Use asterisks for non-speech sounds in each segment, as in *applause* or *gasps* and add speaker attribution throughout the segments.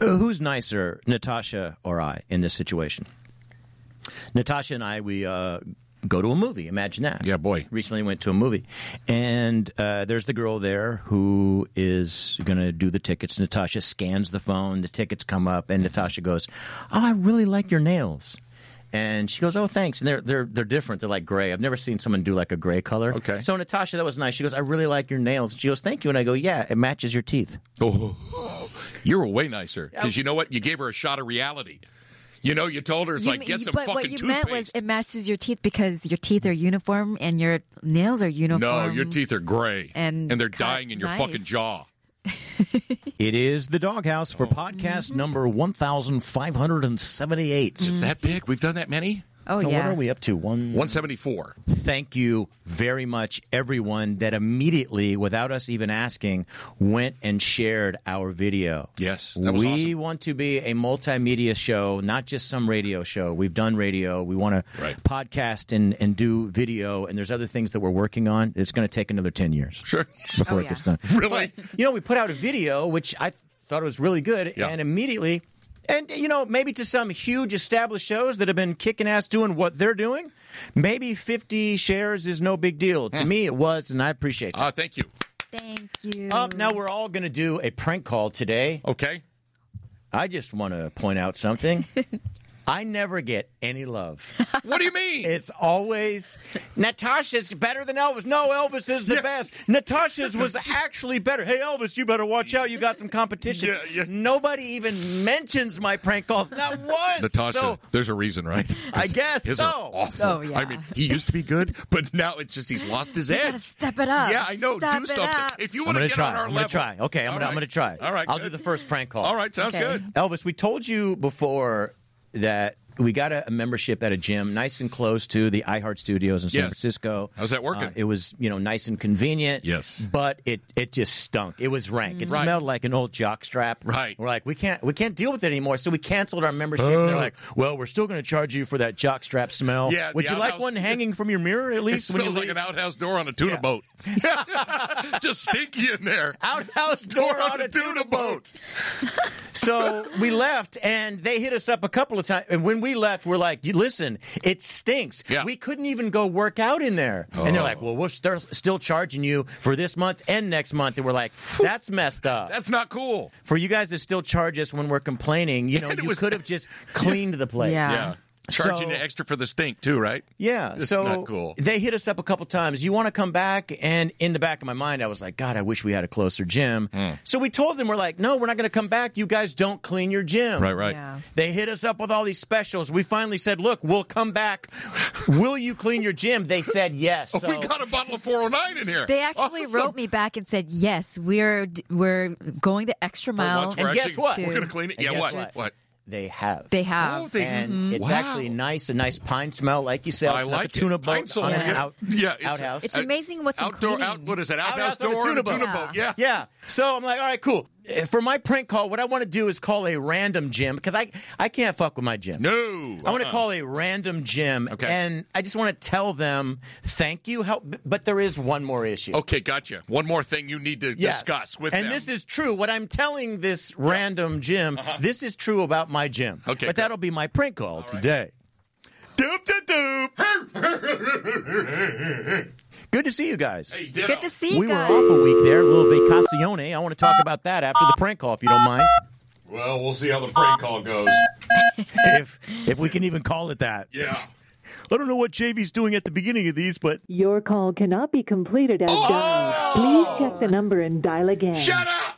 Speaker 1: Uh, Who's nicer, Natasha or I, in this situation? Natasha and I, we uh, go to a movie. Imagine that.
Speaker 2: Yeah, boy.
Speaker 1: Recently went to a movie, and uh, there's the girl there who is going to do the tickets. Natasha scans the phone. The tickets come up, and Natasha goes, "Oh, I really like your nails." And she goes, "Oh, thanks." And they're they're they're different. They're like gray. I've never seen someone do like a gray color.
Speaker 2: Okay.
Speaker 1: So Natasha, that was nice. She goes, "I really like your nails." She goes, "Thank you." And I go, "Yeah, it matches your teeth."
Speaker 2: *laughs* Oh, you were way nicer because you know what? You gave her a shot of reality. You know, you told her it's
Speaker 3: You
Speaker 2: like
Speaker 3: mean-
Speaker 2: get some
Speaker 3: but
Speaker 2: fucking
Speaker 3: what you
Speaker 2: toothpaste.
Speaker 3: meant was it matches your teeth because your teeth are uniform and your nails are uniform.
Speaker 2: no, your teeth are gray
Speaker 3: um, and
Speaker 2: they're
Speaker 3: cut
Speaker 2: dying in your
Speaker 3: nice.
Speaker 2: fucking jaw.
Speaker 1: It is the doghouse for podcast
Speaker 3: Mm-hmm.
Speaker 1: number 1578.
Speaker 2: It's that
Speaker 3: Mm-hmm.
Speaker 2: big. We've done that many.
Speaker 3: Mm. Oh
Speaker 1: So
Speaker 3: yeah.
Speaker 1: what are we up to? One.
Speaker 2: One seventy four.
Speaker 1: Thank you very much, everyone that immediately, without us even asking, went and shared our video.
Speaker 2: Yes, that was
Speaker 1: we
Speaker 2: awesome.
Speaker 1: want to be a multimedia show, not just some radio show. We've done radio. We want to
Speaker 2: Right.
Speaker 1: podcast and, and do video, and there's other things that we're working on. It's going to take another 10 years
Speaker 2: Sure.
Speaker 1: before
Speaker 3: Oh,
Speaker 1: it
Speaker 3: yeah.
Speaker 1: gets done.
Speaker 2: *laughs* Really?
Speaker 1: you know, we put out a video which I th- thought was really good,
Speaker 2: Yeah.
Speaker 1: and immediately, and you know, maybe to some huge established shows that have been kicking ass doing what they're doing, maybe fifty shares is no big deal. To me, it was, and I appreciate it.
Speaker 2: Ah, thank you.
Speaker 3: Thank you.
Speaker 1: Up Uh, um, now, we're all going to do a prank call today.
Speaker 2: Okay.
Speaker 1: I just want to point out *laughs* something. I never get any love.
Speaker 2: What do you
Speaker 3: *laughs*
Speaker 2: mean?
Speaker 1: It's always Natasha's better than Elvis. No, Elvis is the best. Natasha's was actually better. Hey, Elvis, you better watch out. You got some competition.
Speaker 2: Yeah, yeah.
Speaker 1: Nobody even mentions my prank calls.
Speaker 2: *laughs*
Speaker 1: Not once.
Speaker 2: Natasha,
Speaker 1: So,
Speaker 2: there's a reason,
Speaker 3: *laughs*
Speaker 2: right?
Speaker 1: I guess
Speaker 2: His are
Speaker 1: so.
Speaker 2: awful.
Speaker 3: Oh, yeah.
Speaker 2: I mean, he used to be good, but now it's just he's lost his
Speaker 3: you gotta
Speaker 2: edge.
Speaker 3: step it up.
Speaker 2: Yeah, I know.
Speaker 3: Step
Speaker 2: do
Speaker 3: it
Speaker 2: something.
Speaker 3: Up.
Speaker 2: *laughs* If you
Speaker 1: I'm
Speaker 2: want to
Speaker 1: gonna
Speaker 2: get
Speaker 1: try.
Speaker 2: on our
Speaker 1: I'm
Speaker 2: level,
Speaker 1: gonna try. Okay, I'm
Speaker 2: All
Speaker 1: gonna I'm
Speaker 2: right.
Speaker 1: gonna try.
Speaker 2: All right,
Speaker 1: I'll
Speaker 2: good.
Speaker 1: do the first prank call.
Speaker 2: All right, sounds
Speaker 3: Okay.
Speaker 2: good.
Speaker 1: Elvis, we told you before that we got a, a membership at a gym nice and close to the iHeart Studios in San
Speaker 2: Yes.
Speaker 1: Francisco.
Speaker 2: How's that working?
Speaker 1: Uh, it was, you know, nice and convenient.
Speaker 2: Yes.
Speaker 1: But it it just stunk. It was rank. It
Speaker 2: Right.
Speaker 1: smelled like an old jock strap.
Speaker 2: Right.
Speaker 1: We're like, we can't we can't deal with it anymore. So we canceled our membership. They're like, well, we're still gonna charge you for that jock strap smell.
Speaker 2: Uh. Yeah,
Speaker 1: Would
Speaker 2: the
Speaker 1: you like
Speaker 2: outhouse-
Speaker 1: one hanging from your mirror at
Speaker 2: *laughs* It
Speaker 3: *laughs*
Speaker 1: least when you
Speaker 2: smells like
Speaker 1: leave?
Speaker 2: an outhouse door on a tuna boat. *laughs* just stinky in there.
Speaker 1: outhouse door on a tuna boat. So we left, and they hit us up a couple of times. And when we left, we're like, "You "Listen, it stinks.
Speaker 2: Yeah. Oh.
Speaker 1: We couldn't even go work out in there." And they're like, "Well, we're st- still charging you for this month and next month." And we're like, "That's messed up."
Speaker 2: That's not cool.
Speaker 1: for you guys to still charge us when we're complaining,
Speaker 2: *laughs*
Speaker 1: you know,
Speaker 2: And it
Speaker 1: you
Speaker 2: was-
Speaker 1: could have just cleaned the place.
Speaker 3: Yeah.
Speaker 2: Yeah. Charging
Speaker 1: Um, So-
Speaker 2: you extra for the stink too, right?
Speaker 1: Yeah,
Speaker 2: It's
Speaker 1: so
Speaker 2: not cool.
Speaker 1: they hit us up a couple times. You want to come back? And in the back of my mind, I was like, God, I wish we had a closer gym.
Speaker 2: Hmm.
Speaker 1: So we told them, we're like, no, we're not going to come back. You guys don't clean your gym.
Speaker 2: Right, right.
Speaker 3: Yeah.
Speaker 1: They hit us up with all these specials. We finally said, look, we'll come back. Will you clean your gym? They said
Speaker 2: *laughs*
Speaker 1: yes. So
Speaker 2: we got a bottle of 409 in here.
Speaker 3: They actually
Speaker 2: Awesome.
Speaker 3: wrote me back and said, "Yes, we're d- we're going the extra
Speaker 2: For
Speaker 3: mile."
Speaker 2: once, we're
Speaker 1: And guess
Speaker 2: actually,
Speaker 1: what?
Speaker 2: We're going to clean it.
Speaker 1: And
Speaker 2: yeah,
Speaker 1: guess
Speaker 2: what?
Speaker 1: what?
Speaker 2: What?
Speaker 1: they have.
Speaker 3: they have.
Speaker 2: Oh, they-
Speaker 1: and it's
Speaker 2: Wow.
Speaker 1: actually nice, a nice pine smell, like you said.
Speaker 2: I
Speaker 1: it's
Speaker 2: like
Speaker 1: like a tuna
Speaker 2: it.
Speaker 1: boat
Speaker 2: Pine smell,
Speaker 1: on an
Speaker 3: yeah.
Speaker 1: out-
Speaker 2: Yeah, it's-
Speaker 1: outhouse.
Speaker 3: it's amazing what's
Speaker 2: Outdoor,
Speaker 3: included.
Speaker 2: out, what is that?
Speaker 1: Outhouse
Speaker 2: Outhouse,
Speaker 1: on a
Speaker 2: door
Speaker 1: tuna
Speaker 2: and a tuna
Speaker 1: boat.
Speaker 2: boat. Yeah.
Speaker 1: Yeah. So I'm like, all right, cool. Uh, For my prank call, what I want to do is call a random gym because I I can't fuck with my gym.
Speaker 2: No.
Speaker 1: I want to
Speaker 2: Uh-uh.
Speaker 1: call a random gym,
Speaker 2: Okay.
Speaker 1: and I just want to tell them thank you. Help, but there is one more issue.
Speaker 2: Okay, gotcha. One more thing you need to
Speaker 1: Yes.
Speaker 2: discuss with
Speaker 1: and
Speaker 2: them.
Speaker 1: this is true. What I'm telling this random gym, this is true about my gym.
Speaker 2: Uh-huh. Okay,
Speaker 1: but
Speaker 2: good.
Speaker 1: that'll be my prank call today.
Speaker 2: doop doop doop.
Speaker 1: *laughs* Good to see you guys.
Speaker 2: Hey, ditto.
Speaker 3: Good to see you
Speaker 1: we
Speaker 3: guys.
Speaker 1: were off a week there, a little vacacione. I want to talk about that after
Speaker 3: Ah.
Speaker 1: the prank call, if you don't
Speaker 3: *laughs*
Speaker 1: mind.
Speaker 2: Well, we'll see how the prank call goes.
Speaker 1: if if we can even call it that.
Speaker 2: Yeah.
Speaker 1: I don't know what JV's doing at the beginning of these, but
Speaker 4: Your call cannot be completed as dialed. Please check the number and dial again.
Speaker 2: Shut up.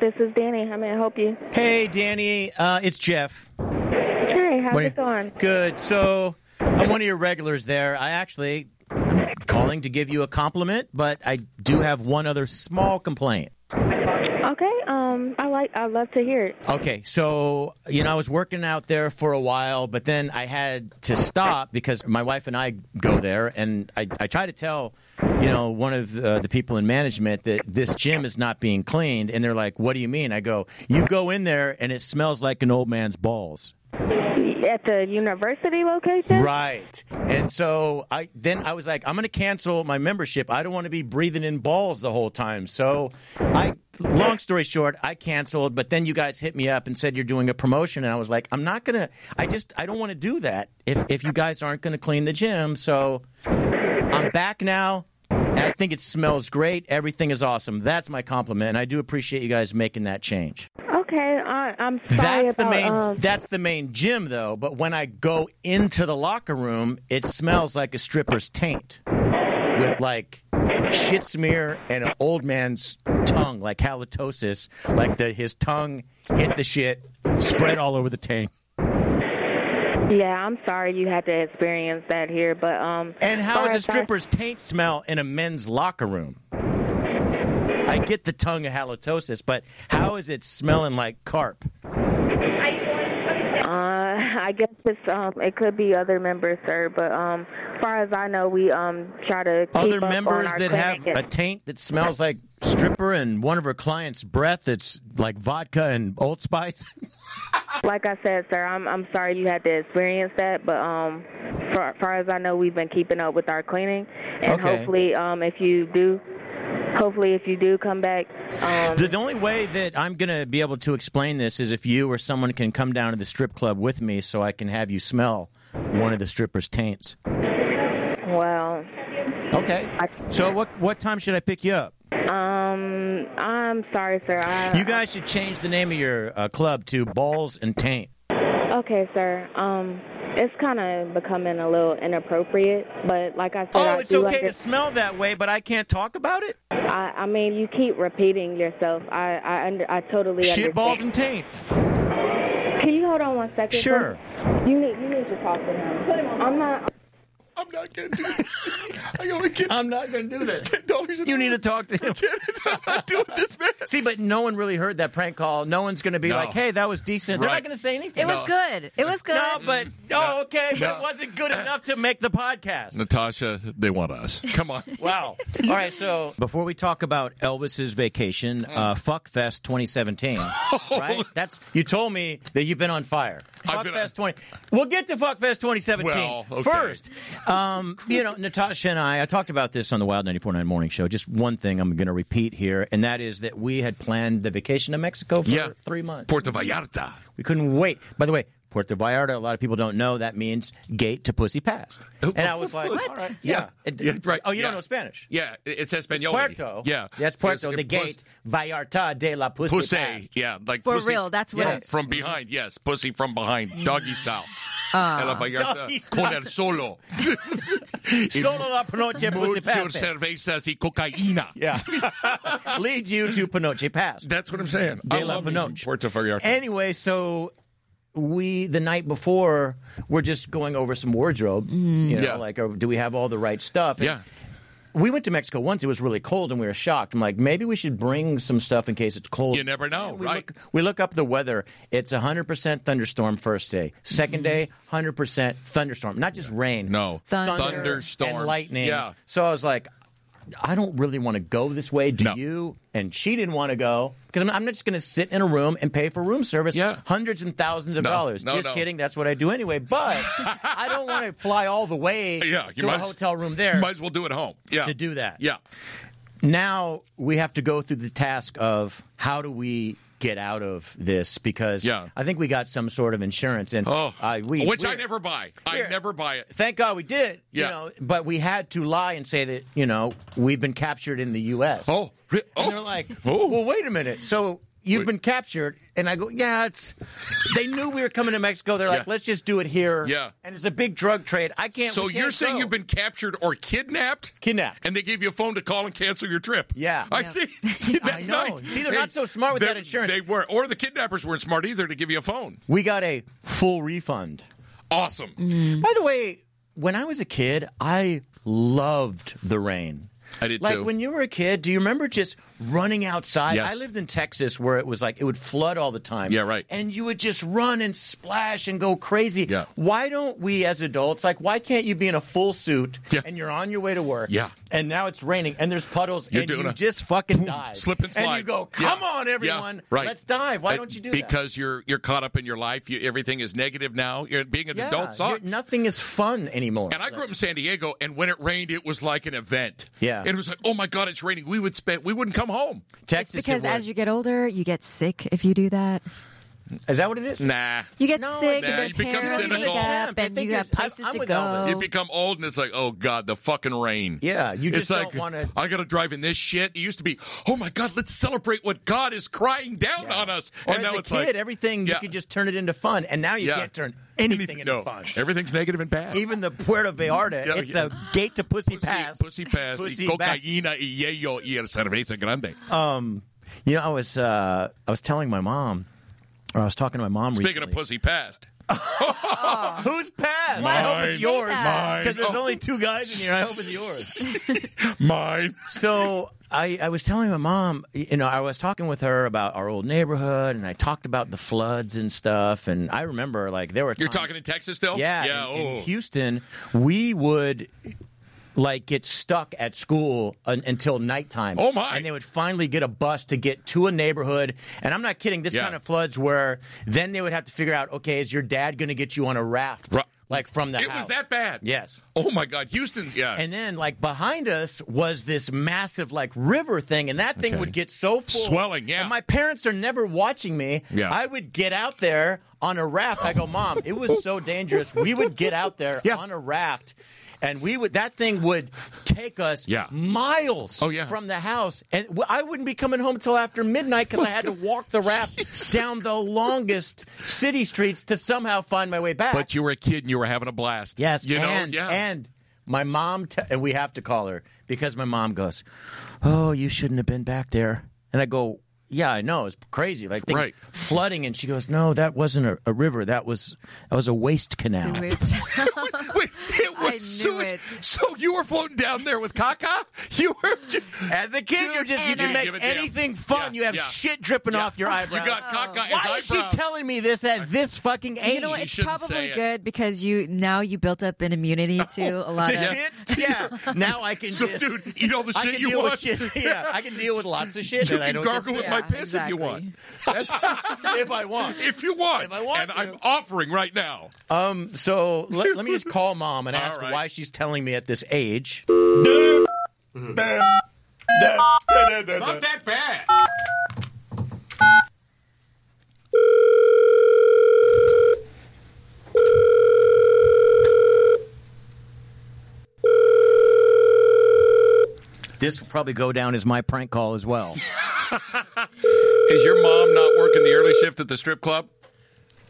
Speaker 5: This is Danny. How may I help you?
Speaker 1: hey, Danny, uh, it's Jeff.
Speaker 5: Hey, how's
Speaker 1: What-
Speaker 5: it going?
Speaker 1: Good. So I'm one of your regulars there. I actually I'm calling to give you a compliment, but I do have one other small complaint.
Speaker 5: Okay. Um, I like. I love to hear it.
Speaker 1: Okay, so you know I was working out there for a while, but then I had to stop because my wife and I go there, and I, I try to tell you know one of uh, the people in management that this gym is not being cleaned, and they're like, "What do you mean?" I go, "You go in there and it smells like an old man's balls."
Speaker 5: At the university location?
Speaker 1: Right. And so I then I was like, I'm going to cancel my membership. I don't want to be breathing in balls the whole time. So I long story short, I canceled, but then you guys hit me up and said you're doing a promotion and I was like, I'm not going to I just I don't want to do that if if you guys aren't going to clean the gym. So I'm back now. And I think it smells great. Everything is awesome. That's my compliment. And I do appreciate you guys making that change.
Speaker 5: Okay, I, I'm sorry
Speaker 1: That's the
Speaker 5: about.
Speaker 1: main.
Speaker 5: um,
Speaker 1: that's the main gym, though. But when I go into the locker room, it smells like a stripper's taint, with like shit smear and an old man's tongue, like halitosis, like the his tongue hit the shit, spread all over the tank.
Speaker 5: yeah, I'm sorry you had to experience that here, but um.
Speaker 1: And how
Speaker 5: sorry
Speaker 1: is a
Speaker 5: if I-
Speaker 1: stripper's taint smell in a men's locker room? I get the tongue of halitosis, but how is it smelling like carp?
Speaker 5: *laughs* Uh, I guess it's um, it could be other members, sir. But um, as far as I know, we um try to keep
Speaker 1: other
Speaker 5: up on
Speaker 1: members
Speaker 5: our
Speaker 1: that have
Speaker 5: clinic.
Speaker 1: a taint that smells like stripper and one of her clients' breath that's like vodka and Old Spice? *laughs*
Speaker 5: Like I said, sir, I'm I'm sorry you had to experience that, but um, far, far as I know, we've been keeping up with our cleaning, and
Speaker 1: Okay.
Speaker 5: hopefully, um, if you do, hopefully if you do come back, um,
Speaker 1: The, the only way that I'm going to be able to explain this is if you or someone can come down to the strip club with me so I can have you smell one of the stripper's taints.
Speaker 5: well,
Speaker 1: Okay. So what what time should I pick you up?
Speaker 5: um, I'm sorry, sir. I,
Speaker 1: You guys should change the name of your uh, club to Balls and Taint.
Speaker 5: okay, sir? Um, it's kind of becoming a little inappropriate, but like I said,
Speaker 1: Oh,
Speaker 5: I
Speaker 1: it's
Speaker 5: do
Speaker 1: okay to
Speaker 5: under-
Speaker 1: smell that way, but I can't talk about it?
Speaker 5: I, I mean, you keep repeating yourself. I I, under, I totally
Speaker 1: Shit,
Speaker 5: understand.
Speaker 1: balls, and taint.
Speaker 5: Can you hold on one second?
Speaker 1: Sure.
Speaker 5: sir? You need you need to talk to him. I'm not.
Speaker 2: I'm not going to do this. *laughs* I only get
Speaker 1: I'm
Speaker 2: *laughs*
Speaker 1: not going to do this.
Speaker 2: dollars.
Speaker 1: *laughs* You need to talk to *laughs* him.
Speaker 2: *laughs* I'm not doing this, man.
Speaker 1: *laughs* See, but no one really heard that prank call. No one's going to be
Speaker 2: No.
Speaker 1: like, "Hey, that was decent." They're
Speaker 2: Right.
Speaker 1: not going to say anything.
Speaker 3: It was good. It was good.
Speaker 1: no, but oh, okay, but
Speaker 2: No.
Speaker 1: it wasn't good enough to make the podcast.
Speaker 2: Natasha, they want us. Come
Speaker 1: *laughs*
Speaker 2: on.
Speaker 1: Wow. All right, so before we talk about Elvis's vacation,
Speaker 2: Mm.
Speaker 1: uh, Fuck Fest
Speaker 2: *laughs*
Speaker 1: 2017, right? That's you told me that you've been on fire.
Speaker 2: I've
Speaker 1: Fuck
Speaker 2: been on-
Speaker 1: Fest 20. We'll get to Fuck Fest 2017
Speaker 2: Well, okay.
Speaker 1: first. Um, you know, Natasha and I, I talked about this on the Wild 94.9 Morning Show. Just one thing I'm going to repeat here, and that is that we had planned the vacation to Mexico for
Speaker 2: Yeah.
Speaker 1: three months.
Speaker 2: Puerto Vallarta.
Speaker 1: We couldn't wait. By the way, Puerto Vallarta, a lot of people don't know that means gate to pussy pass. And I was like,
Speaker 2: Oh. *laughs* What?
Speaker 1: all right,
Speaker 2: Yeah.
Speaker 1: yeah.
Speaker 2: Yeah, right,
Speaker 1: Oh, you
Speaker 2: yeah.
Speaker 1: don't know Spanish.
Speaker 2: Yeah, it- it's Espanol.
Speaker 1: Puerto.
Speaker 2: Yeah.
Speaker 1: That's Puerto,
Speaker 2: It's-
Speaker 1: the
Speaker 2: it-
Speaker 1: gate, Vallarta de la pussy.
Speaker 2: Pussy.
Speaker 1: pass.
Speaker 2: Yeah, like
Speaker 3: For
Speaker 2: pussy
Speaker 3: real, that's what
Speaker 2: from,
Speaker 3: it is.
Speaker 2: from behind. Yes, pussy from behind, doggy style. A la Vallarta,
Speaker 1: Ah. Doggy style.
Speaker 2: con el solo.
Speaker 1: Solo la Pinoche *laughs* pussy
Speaker 2: Mucho
Speaker 1: pass.
Speaker 2: cervezas y cocaína.
Speaker 1: Yeah. *laughs* Leads you to Pinoche Pass.
Speaker 2: That's what I'm saying.
Speaker 1: De
Speaker 2: I
Speaker 1: la
Speaker 2: love me some
Speaker 1: Pinoche.
Speaker 2: Puerto Vallarta.
Speaker 1: Anyway, so we the night before we're just going over some wardrobe, you know,
Speaker 2: Mm. Yeah.
Speaker 1: like or do we have all the right stuff? And
Speaker 2: yeah.
Speaker 1: we went to Mexico once. It was really cold, and we were shocked. I'm like, maybe we should bring some stuff in case it's cold.
Speaker 2: You never know,
Speaker 1: And we
Speaker 2: Oh, right?
Speaker 1: Look, we look up the weather. It's 100% thunderstorm first day. Second day, 100% thunderstorm. Not just rain.
Speaker 2: Mm-hmm. No.
Speaker 3: Thunder.
Speaker 2: Thunderstorm.
Speaker 1: And lightning.
Speaker 2: Yeah.
Speaker 1: So I was like, I don't really want to go this way. Do
Speaker 2: No.
Speaker 1: you? And she didn't want to go because I'm, I'm not just going to sit in a room and pay for room service.
Speaker 2: Yeah.
Speaker 1: Hundreds and thousands of
Speaker 2: No.
Speaker 1: dollars.
Speaker 2: No,
Speaker 1: just
Speaker 2: no.
Speaker 1: kidding. That's what I do anyway. But
Speaker 2: *laughs*
Speaker 1: I don't want to fly all the way
Speaker 2: Yeah, you
Speaker 1: to
Speaker 2: might
Speaker 1: a
Speaker 2: as-
Speaker 1: hotel room there
Speaker 2: Might as well do it home. Yeah.
Speaker 1: to do that.
Speaker 2: Yeah.
Speaker 1: Now we have to go through the task of how do we get out of this because
Speaker 2: Yeah.
Speaker 1: I think we got some sort of insurance and
Speaker 2: Oh,
Speaker 1: I- Uh, we
Speaker 2: which I
Speaker 1: we're-
Speaker 2: never buy. I
Speaker 1: we're-
Speaker 2: never buy it.
Speaker 1: Thank God we did.
Speaker 2: Yeah.
Speaker 1: You know, but we had to lie and say that you know we've been captured in the U.S.
Speaker 2: Oh, re-
Speaker 1: and
Speaker 2: oh.
Speaker 1: they're like,
Speaker 2: Oh.
Speaker 1: well, wait a minute. So. You've
Speaker 2: Wait.
Speaker 1: been captured, and I go, yeah. It's they knew we were coming to Mexico. They're like,
Speaker 2: Yeah.
Speaker 1: let's just do it here.
Speaker 2: Yeah.
Speaker 1: and it's a big drug trade. I can't.
Speaker 2: So
Speaker 1: we can't
Speaker 2: you're saying
Speaker 1: go.
Speaker 2: you've been captured or kidnapped?
Speaker 1: Kidnapped.
Speaker 2: And they gave you a phone to call and cancel your trip.
Speaker 1: Yeah.
Speaker 2: I
Speaker 1: Yeah. *laughs*
Speaker 2: see. *laughs* That's
Speaker 1: know.
Speaker 2: nice.
Speaker 1: See, they're not so smart with
Speaker 2: they-
Speaker 1: that insurance.
Speaker 2: They were, or the kidnappers weren't smart either to give you a phone.
Speaker 1: We got a full refund.
Speaker 2: Awesome.
Speaker 1: Mm. By the way, when I was a kid, I loved the rain.
Speaker 2: I did
Speaker 1: like
Speaker 2: too.
Speaker 1: when you were a kid, do you remember just running outside?
Speaker 2: Yes.
Speaker 1: I lived in Texas where it was like it would flood all the time.
Speaker 2: Yeah, right.
Speaker 1: And you would just run and splash and go crazy.
Speaker 2: Yeah.
Speaker 1: Why don't we as adults, like, why can't you be in a full suit
Speaker 2: Yeah.
Speaker 1: and you're on your way to work?
Speaker 2: Yeah.
Speaker 1: And now it's raining and there's puddles
Speaker 2: You're
Speaker 1: and
Speaker 2: doing
Speaker 1: you
Speaker 2: a
Speaker 1: just fucking dive.
Speaker 2: slip and slide.
Speaker 1: And you go,
Speaker 2: Yeah.
Speaker 1: come on, everyone.
Speaker 2: Yeah, right.
Speaker 1: Let's dive. Why
Speaker 2: Uh,
Speaker 1: don't you do that?
Speaker 2: Because you're you're caught up in your life. You, everything is negative now. You're, being an
Speaker 1: yeah, you're-
Speaker 2: adult sucks.
Speaker 1: nothing is fun anymore.
Speaker 2: And I grew up in San Diego, and when it rained, it was like an event.
Speaker 1: Yeah.
Speaker 2: it was like, oh my god, it's raining. We would spend, we wouldn't come home.
Speaker 1: Texas
Speaker 3: it's because
Speaker 1: it
Speaker 3: as
Speaker 1: was.
Speaker 3: you get older, you get sick if you do that.
Speaker 1: is that what it is?
Speaker 2: Nah,
Speaker 3: You get
Speaker 1: No,
Speaker 3: sick,
Speaker 1: nah,
Speaker 3: and there's
Speaker 2: you become
Speaker 3: hair
Speaker 2: cynical.
Speaker 3: and makeup,
Speaker 1: I
Speaker 3: and
Speaker 1: think
Speaker 3: you have
Speaker 1: it's- I'm-
Speaker 3: places
Speaker 1: I'm
Speaker 3: to
Speaker 1: with Elvis.
Speaker 3: go.
Speaker 2: you become old, and it's like, oh god, the fucking rain.
Speaker 1: Yeah, you
Speaker 2: It's
Speaker 1: just
Speaker 2: like
Speaker 1: don't want to.
Speaker 2: I got to drive in this shit. It used to be, oh my god, let's celebrate what God is crying down on us.
Speaker 1: Or
Speaker 2: and
Speaker 1: as
Speaker 2: now
Speaker 1: a
Speaker 2: it's
Speaker 1: kid,
Speaker 2: like
Speaker 1: everything
Speaker 2: yeah.
Speaker 1: you could just turn it into fun, and now you
Speaker 2: Yeah.
Speaker 1: can't turn anything into
Speaker 2: no,
Speaker 1: fun.
Speaker 2: everything's negative and bad.
Speaker 1: Even the Puerto Vallarta,
Speaker 2: Yeah,
Speaker 1: it's
Speaker 2: yeah.
Speaker 1: a gate to pussy,
Speaker 2: pussy
Speaker 1: pass.
Speaker 2: pussy pass,
Speaker 1: Pussy
Speaker 2: y
Speaker 1: back.
Speaker 2: cocaína y ello y el cerveza grande.
Speaker 1: You know, I was uh, I was telling my mom, or I was talking to my mom
Speaker 2: Speaking of
Speaker 1: recently.
Speaker 2: pussy past,
Speaker 1: of pussy, who's passed? I
Speaker 2: Mine.
Speaker 1: hope it's yours
Speaker 2: Mine.
Speaker 1: because there's
Speaker 2: Oh.
Speaker 1: only two guys in here. I hope it's yours.
Speaker 2: *laughs* mine.
Speaker 1: So I, I was telling my mom, you know, I was talking with her about our old neighborhood, and I talked about the floods and stuff. And I remember, like, there were
Speaker 2: You're
Speaker 1: times-
Speaker 2: talking in Texas still?
Speaker 1: Yeah,
Speaker 2: yeah.
Speaker 1: in, in
Speaker 2: oh.
Speaker 1: Houston, we would like get stuck at school un- until nighttime.
Speaker 2: Oh, my.
Speaker 1: And they would finally get a bus to get to a neighborhood. And I'm not kidding. This
Speaker 2: Yeah.
Speaker 1: kind of floods where then they would have to figure out, okay, is your dad going to get you on a raft,
Speaker 2: Ru-
Speaker 1: like from the
Speaker 2: It
Speaker 1: house?
Speaker 2: was that bad.
Speaker 1: Yes.
Speaker 2: Oh my God, Houston. Yeah.
Speaker 1: And then, like behind us was this massive like river thing, and that thing
Speaker 2: Okay.
Speaker 1: would get so full,
Speaker 2: Swelling, yeah.
Speaker 1: And my parents are never watching me.
Speaker 2: Yeah.
Speaker 1: I would get out there on a raft. I go, Mom, it was so dangerous. We would get out there
Speaker 2: Yeah.
Speaker 1: on a raft. And we would that thing would take us
Speaker 2: Yeah.
Speaker 1: miles
Speaker 2: Oh, yeah.
Speaker 1: from the house, and w- I wouldn't be coming home till after midnight because I had to walk the
Speaker 2: *laughs*
Speaker 1: raft down the longest city streets to somehow find my way back.
Speaker 2: but you were a kid and you were having a blast.
Speaker 1: Yes,
Speaker 2: You know.
Speaker 1: and,
Speaker 2: yeah.
Speaker 1: and my mom te- and we have to call her because my mom goes, "Oh, you shouldn't have been back there." And I go, "Yeah, I know. It's crazy. Like things
Speaker 2: Right.
Speaker 1: flooding." And she goes, "No, that wasn't a, a river. That was that was a waste canal."
Speaker 2: *laughs* *laughs*
Speaker 3: *laughs*
Speaker 2: Wait, it was
Speaker 3: I knew
Speaker 2: sewage.
Speaker 3: it.
Speaker 2: So you were floating down there with caca? *laughs* You were. Just,
Speaker 1: As a kid, you're just you
Speaker 3: and
Speaker 1: can
Speaker 3: I-
Speaker 1: make
Speaker 2: Give a damn.
Speaker 1: anything fun.
Speaker 2: Yeah,
Speaker 1: you have
Speaker 2: yeah.
Speaker 1: shit dripping off your eyebrows.
Speaker 2: You got caca as
Speaker 1: Why is she
Speaker 2: eyebrows.
Speaker 1: telling me this at this fucking age?
Speaker 3: You know,
Speaker 2: She
Speaker 3: it's
Speaker 2: shouldn't say
Speaker 3: probably
Speaker 2: it.
Speaker 3: good because you now you built up an immunity to a lot
Speaker 1: to
Speaker 3: of.
Speaker 1: shit? *laughs* Yeah. Now I can
Speaker 2: so,
Speaker 1: just
Speaker 2: dude, eat all the
Speaker 1: I
Speaker 2: shit
Speaker 1: can
Speaker 2: you
Speaker 1: deal
Speaker 2: want.
Speaker 1: with shit. *laughs* Yeah, I can deal with lots of shit.
Speaker 2: You
Speaker 1: and I
Speaker 2: can
Speaker 1: don't
Speaker 2: gargle with
Speaker 1: get
Speaker 2: my
Speaker 3: Yeah,
Speaker 2: piss if you want. That's,
Speaker 1: sick. if I want.
Speaker 2: if you want.
Speaker 1: If I want
Speaker 2: and
Speaker 1: to.
Speaker 2: I'm offering right now.
Speaker 1: Um, So let, let me just
Speaker 2: *laughs*
Speaker 1: call mom and
Speaker 2: All
Speaker 1: ask her
Speaker 2: right.
Speaker 1: why she's telling me at this age.
Speaker 2: It's not that bad.
Speaker 1: This will probably go down as my prank call as
Speaker 2: *laughs*
Speaker 1: well.
Speaker 2: Is your mom not working the early shift at the strip club?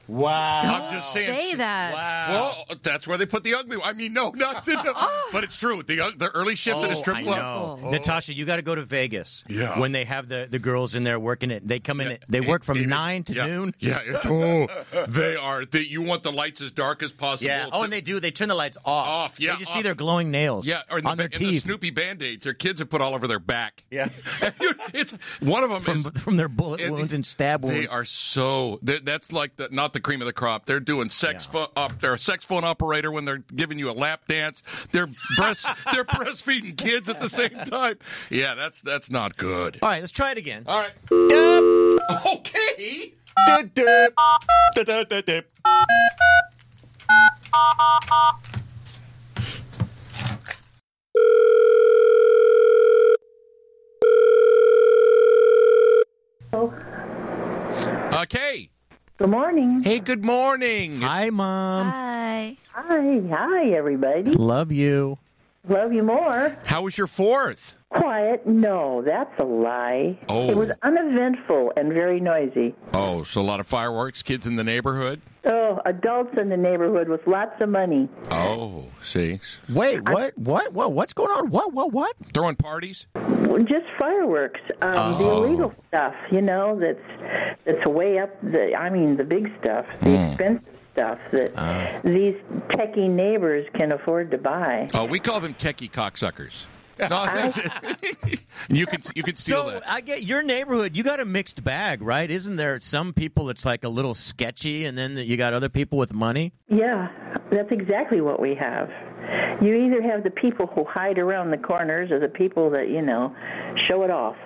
Speaker 1: Wow.
Speaker 2: I'm just saying.
Speaker 3: Say that.
Speaker 2: Well, that's where they put the ugly. one. I mean, no,
Speaker 1: *laughs*
Speaker 2: not the, but it's true. The ug- the early shift at a strip
Speaker 1: Oh. I
Speaker 2: club. Oh.
Speaker 1: know. Natasha, you got to go to Vegas.
Speaker 2: Yeah.
Speaker 1: When they have the, the girls in there working it, they come in. At, they
Speaker 2: Hey,
Speaker 1: work from
Speaker 2: David,
Speaker 1: nine to
Speaker 2: yeah,
Speaker 1: noon. *laughs*
Speaker 2: Yeah, it's- oh, they are. They, you want the lights as dark as possible.
Speaker 1: Yeah. Oh, and they do. They turn the lights off.
Speaker 2: Off, yeah,
Speaker 1: You just
Speaker 2: off.
Speaker 1: see their glowing nails.
Speaker 2: yeah, or in the,
Speaker 1: on their
Speaker 2: ba- and the
Speaker 1: teeth
Speaker 2: Snoopy band aids their kids have put all over their back. *laughs*
Speaker 1: Yeah.
Speaker 2: it's one of them
Speaker 1: from
Speaker 2: is
Speaker 1: from their bullet
Speaker 2: and
Speaker 1: wounds
Speaker 2: the-
Speaker 1: and stab wounds.
Speaker 2: They are so. they- That's like the, not the cream of the crop. They're doing sex phone up. They're a sex phone operator when they're giving you a lap dance. They're
Speaker 1: *laughs*
Speaker 2: breast. they're breastfeeding kids at the same time. Yeah, that's that's not good.
Speaker 1: All right, let's try it again.
Speaker 2: All right. Okay. Okay.
Speaker 4: Good morning.
Speaker 2: Hey, good morning.
Speaker 1: Hi, mom.
Speaker 3: Hi.
Speaker 4: Hi, hi, everybody.
Speaker 1: Love you.
Speaker 4: Love you more.
Speaker 2: How was your fourth?
Speaker 4: Quiet? No, that's a lie.
Speaker 2: Oh.
Speaker 4: It was uneventful and very noisy.
Speaker 2: Oh, so a lot of fireworks, kids in the neighborhood.
Speaker 4: Oh, adults in the neighborhood with lots of money.
Speaker 2: Oh, see,
Speaker 1: Wait, what? What? What? What's going on? What? What? What?
Speaker 2: throwing parties.
Speaker 4: Just fireworks, um, the illegal stuff, you know, that's that's way up the. I mean, the big stuff, the expensive stuff that these techie neighbors can afford to buy.
Speaker 2: Uh, Oh, we call them techie cocksuckers. *laughs* No, you can you can steal
Speaker 1: So
Speaker 2: that.
Speaker 1: I get your neighborhood. You got a mixed bag, right? Isn't there some people it's like a little sketchy, and then you got other people with money?
Speaker 4: Yeah, that's exactly what we have. You either have the people who hide around the corners or the people that, you know, show it off.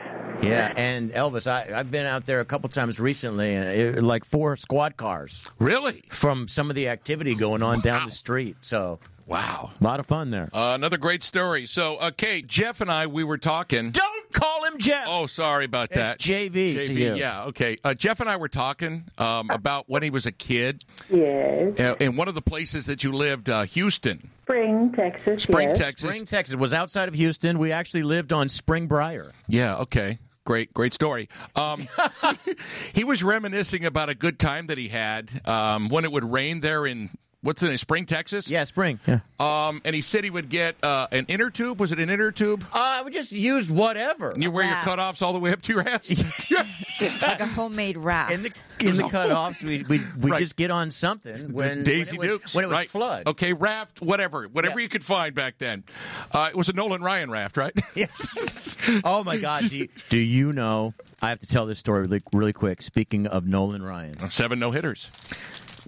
Speaker 1: Yeah. And Elvis, I, I've been out there a couple times recently, and it, like four squad cars
Speaker 2: uh, Really?
Speaker 1: from some of the activity going on down the street. So
Speaker 2: Wow.
Speaker 1: a lot of fun there.
Speaker 2: Uh, another great story. So, uh, Kate, Jeff, and I we were talking.
Speaker 1: Don't call him Jeff.
Speaker 2: Oh, sorry about
Speaker 1: It's
Speaker 2: that.
Speaker 1: JV to you.
Speaker 2: Yeah, okay. Uh, Jeff and I were talking um, about when he was a kid,
Speaker 4: Yes.
Speaker 2: uh, in one of the places that you lived, uh, Houston,
Speaker 4: Spring, Texas.
Speaker 2: Spring,
Speaker 4: yes.
Speaker 2: Texas.
Speaker 1: Spring, Texas was outside of Houston. We actually lived on Springbriar.
Speaker 2: Yeah, okay. Great, great story. Um, *laughs* he was reminiscing about a good time that he had um, when it would rain there in what's the name, Spring, Texas.
Speaker 1: Yeah, Spring. Yeah.
Speaker 2: Um, and he said he would get uh, an inner tube. Was it an inner tube?
Speaker 1: Uh, we just used whatever. *laughs*
Speaker 2: You *laughs* wear
Speaker 3: Wow.
Speaker 2: your cutoffs all the way up to your ass.
Speaker 3: like a homemade raft.
Speaker 1: in the in the cutoffs, we we, we
Speaker 2: Right.
Speaker 1: just get on something when
Speaker 2: Daisy
Speaker 1: when it would,
Speaker 2: Dukes.
Speaker 1: when it would
Speaker 2: right.
Speaker 1: flood. *laughs*
Speaker 2: Okay, raft, whatever. Whatever
Speaker 1: Yeah.
Speaker 2: you could find back then. Uh, it was a Nolan Ryan
Speaker 1: *laughs*
Speaker 2: raft, right?
Speaker 1: Oh my God! Do you, do you know? I have to tell this story really, really quick. Speaking of Nolan Ryan,
Speaker 2: Seven no hitters.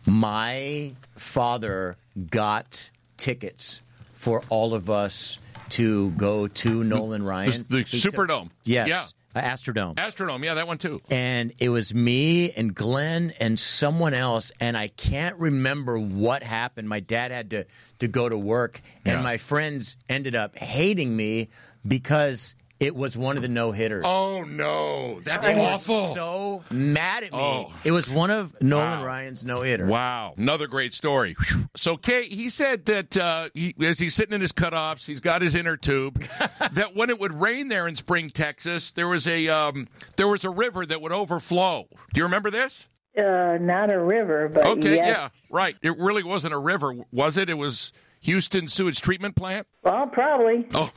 Speaker 1: my father got tickets for all of us to go to Nolan Ryan,
Speaker 2: the
Speaker 1: He took-
Speaker 2: Superdome.
Speaker 1: Yes,
Speaker 2: Yeah.
Speaker 1: uh, Astrodome.
Speaker 2: Astronome, yeah, that one too.
Speaker 1: and it was me and Glenn and someone else, and I can't remember what happened. My dad had to to go to work, and
Speaker 2: Yeah.
Speaker 1: my friends ended up hating me because it was one of the no hitters.
Speaker 2: Oh no, that's
Speaker 1: They were
Speaker 2: awful.
Speaker 1: So mad at me.
Speaker 2: Oh.
Speaker 1: It was one of Nolan
Speaker 2: Wow.
Speaker 1: Ryan's no hitter.
Speaker 2: Wow, another great story. Whew. So, Kate, he said that uh, he, as he's sitting in his cutoffs, he's got his inner tube. that when it would rain there in Spring, Texas, there was a um, there was a river that would overflow. Do you remember this?
Speaker 4: Uh, not a river, but
Speaker 2: Okay,
Speaker 4: Uh, yes.
Speaker 2: yeah, right. It really wasn't a river, was it? It was Houston sewage treatment plant.
Speaker 4: Well, probably.
Speaker 2: Oh,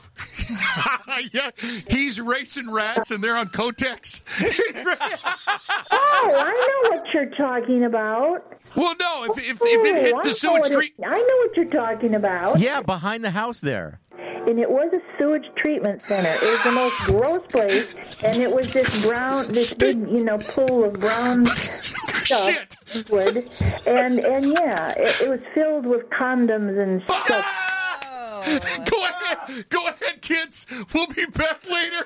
Speaker 2: *laughs* yeah. He's racing rats, and they're on Kotex.
Speaker 4: Oh, I know what you're talking about.
Speaker 2: well, no, if if, if it hit
Speaker 4: Oh, I
Speaker 2: the
Speaker 4: know
Speaker 2: sewage
Speaker 4: what it- *laughs*
Speaker 2: treatment.
Speaker 4: I know what you're talking about.
Speaker 1: Yeah, behind the house there.
Speaker 4: and it was a sewage treatment center. It was the most gross place, and it was this brown, this big, you know, pool of
Speaker 2: *laughs*
Speaker 4: brown stuff, wood, and and yeah, it, it was filled with condoms and stuff. Ah!
Speaker 2: Oh. *laughs* Go ahead, go ahead, kids. We'll be back
Speaker 1: *laughs*
Speaker 2: later.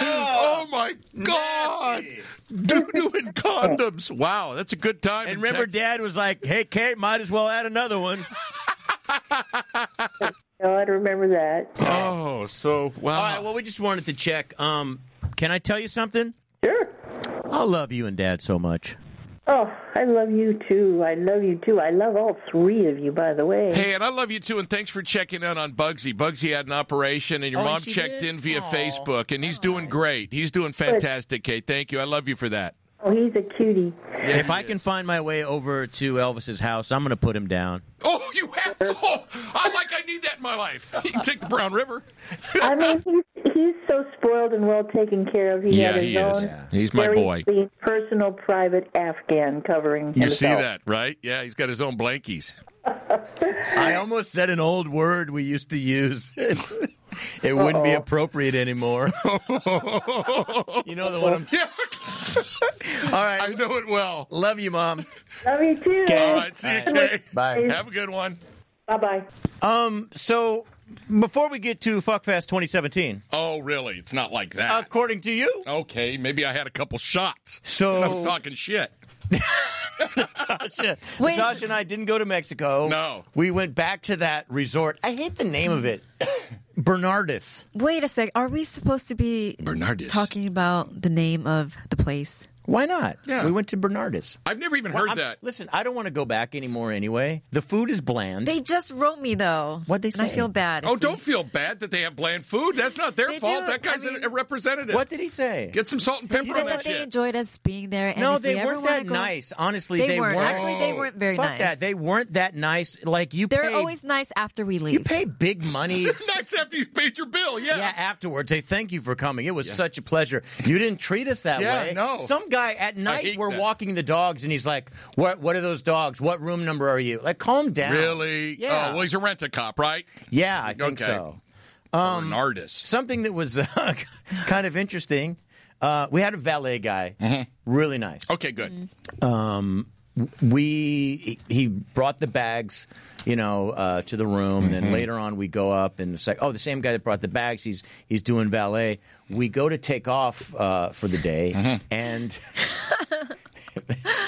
Speaker 2: oh my God! Doo doo and condoms. Wow, that's a good time.
Speaker 1: And
Speaker 2: in
Speaker 1: remember,
Speaker 2: Texas.
Speaker 1: Dad was like, "Hey, Kate, might as well add another one."
Speaker 2: *laughs*
Speaker 4: Oh, I remember that.
Speaker 2: Oh, so wow.
Speaker 1: All right. Well, we just wanted to check. Um, can I tell you something?
Speaker 4: Sure.
Speaker 1: I love you and Dad so much.
Speaker 4: Oh, I love you too. I love you too. I love all three of you, by the way.
Speaker 2: Hey, and I love you too, and thanks for checking in on Bugsy. Bugsy had an operation, and your
Speaker 1: Oh,
Speaker 2: mom
Speaker 1: she
Speaker 2: checked
Speaker 1: did?
Speaker 2: in via
Speaker 1: Aw.
Speaker 2: Facebook, and he's doing great. He's doing fantastic, Kate. Thank you. I love you for that.
Speaker 4: Oh, he's a cutie.
Speaker 1: if I can find my way over to Elvis's house, I'm going to put him down.
Speaker 2: Oh, you asshole! I'm like, I need that in my life. *laughs* You can take the Brown River.
Speaker 4: I mean, he's he's so spoiled and well taken care of. He had his own
Speaker 2: He's my
Speaker 4: very
Speaker 2: boy.
Speaker 4: clean, personal, private Afghan covering.
Speaker 2: You see
Speaker 4: himself.
Speaker 2: that, right? Yeah, he's got his own blankies.
Speaker 1: I almost said an old word we used to use. *laughs* It's, it wouldn't be appropriate anymore. *laughs* you know the one. I'm,
Speaker 2: Yeah,
Speaker 1: all right.
Speaker 2: I know it well.
Speaker 1: love you, Mom.
Speaker 4: Love you too.
Speaker 2: All right, see you, Kate.
Speaker 1: Bye.
Speaker 2: Have a good one.
Speaker 4: Bye bye.
Speaker 1: Um. So before we get to Fuckfest 2017,
Speaker 2: Oh, really? It's not like that.
Speaker 1: according to you,
Speaker 2: Oh. okay, maybe I had a couple shots.
Speaker 1: So-
Speaker 2: I'm talking shit.
Speaker 1: Natasha,
Speaker 3: Wait.
Speaker 1: Natasha and I didn't go to Mexico.
Speaker 2: No.
Speaker 1: we went back to that resort. I hate the name of it, Bernardus.
Speaker 3: Wait a sec. Are we supposed to be
Speaker 2: Bernardus.
Speaker 3: talking about the name of the place?
Speaker 1: Why not?
Speaker 2: Yeah.
Speaker 1: we went to Bernardus.
Speaker 2: I've never even heard
Speaker 1: I'm-
Speaker 2: that.
Speaker 1: Listen, I don't want to go back anymore anyway. The food is bland.
Speaker 3: They just wrote me though.
Speaker 1: What'd they
Speaker 3: And I
Speaker 1: say?
Speaker 3: feel bad.
Speaker 2: Oh, don't feel bad that they have bland food. That's not their
Speaker 3: They
Speaker 2: fault.
Speaker 3: do.
Speaker 2: That guy's
Speaker 3: I mean-
Speaker 2: a representative.
Speaker 1: what did he say?
Speaker 2: Get some salt and
Speaker 3: They
Speaker 2: pepper on
Speaker 3: said that
Speaker 2: that
Speaker 3: they
Speaker 2: shit. *laughs*
Speaker 3: enjoyed us being there. And
Speaker 1: no,
Speaker 3: if
Speaker 1: they
Speaker 3: we ever
Speaker 1: weren't
Speaker 3: wanna
Speaker 1: that
Speaker 3: go-
Speaker 1: nice. Honestly,
Speaker 3: They,
Speaker 1: they,
Speaker 3: weren't. Actually, they
Speaker 2: Oh.
Speaker 3: weren't very
Speaker 1: Fuck
Speaker 3: nice.
Speaker 1: that. They weren't that nice. Like you,
Speaker 3: They're
Speaker 1: paid,
Speaker 3: always nice after we leave.
Speaker 1: you pay big
Speaker 3: *laughs*
Speaker 1: money.
Speaker 2: Nice after you paid your bill. Yeah.
Speaker 1: Yeah, afterwards, hey, thank you for coming. It was such a pleasure. You didn't treat us that
Speaker 2: Yeah,
Speaker 1: way.
Speaker 2: no.
Speaker 1: Some guy at night
Speaker 2: hate
Speaker 1: we're
Speaker 2: that.
Speaker 1: walking the dogs, and he's like, "What? What are those dogs? What room number are you?" Like, calm down.
Speaker 2: Really?
Speaker 3: Oh,
Speaker 1: Yeah.
Speaker 2: Oh, well, he's a rent a cop, right?
Speaker 1: yeah, I think
Speaker 2: Okay.
Speaker 1: so.
Speaker 2: or an artist.
Speaker 1: Something that was uh, *laughs* kind of interesting. Uh, we had a valet guy, really nice.
Speaker 2: Okay, good.
Speaker 1: Um, we he brought the bags you know uh, to the room and
Speaker 2: Mm-hmm.
Speaker 1: then later on we go up and it's like oh the same guy that brought the bags he's he's doing valet we go to take off uh, for the day
Speaker 2: Mm-hmm.
Speaker 1: and *laughs*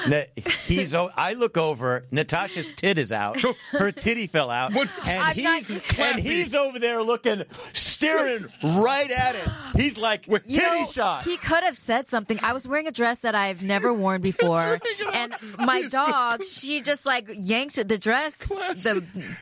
Speaker 1: Na- he's o- I look over Natasha's tit is out her titty fell out
Speaker 2: What?
Speaker 1: and
Speaker 2: I'm
Speaker 1: he's,
Speaker 2: not-
Speaker 1: and he's over there looking staring right at it he's like titty
Speaker 3: You know,
Speaker 1: shot
Speaker 3: He could have said something. I was wearing a dress that
Speaker 1: *laughs*
Speaker 3: I've never worn before, and my dog, she just like yanked the dress, the dress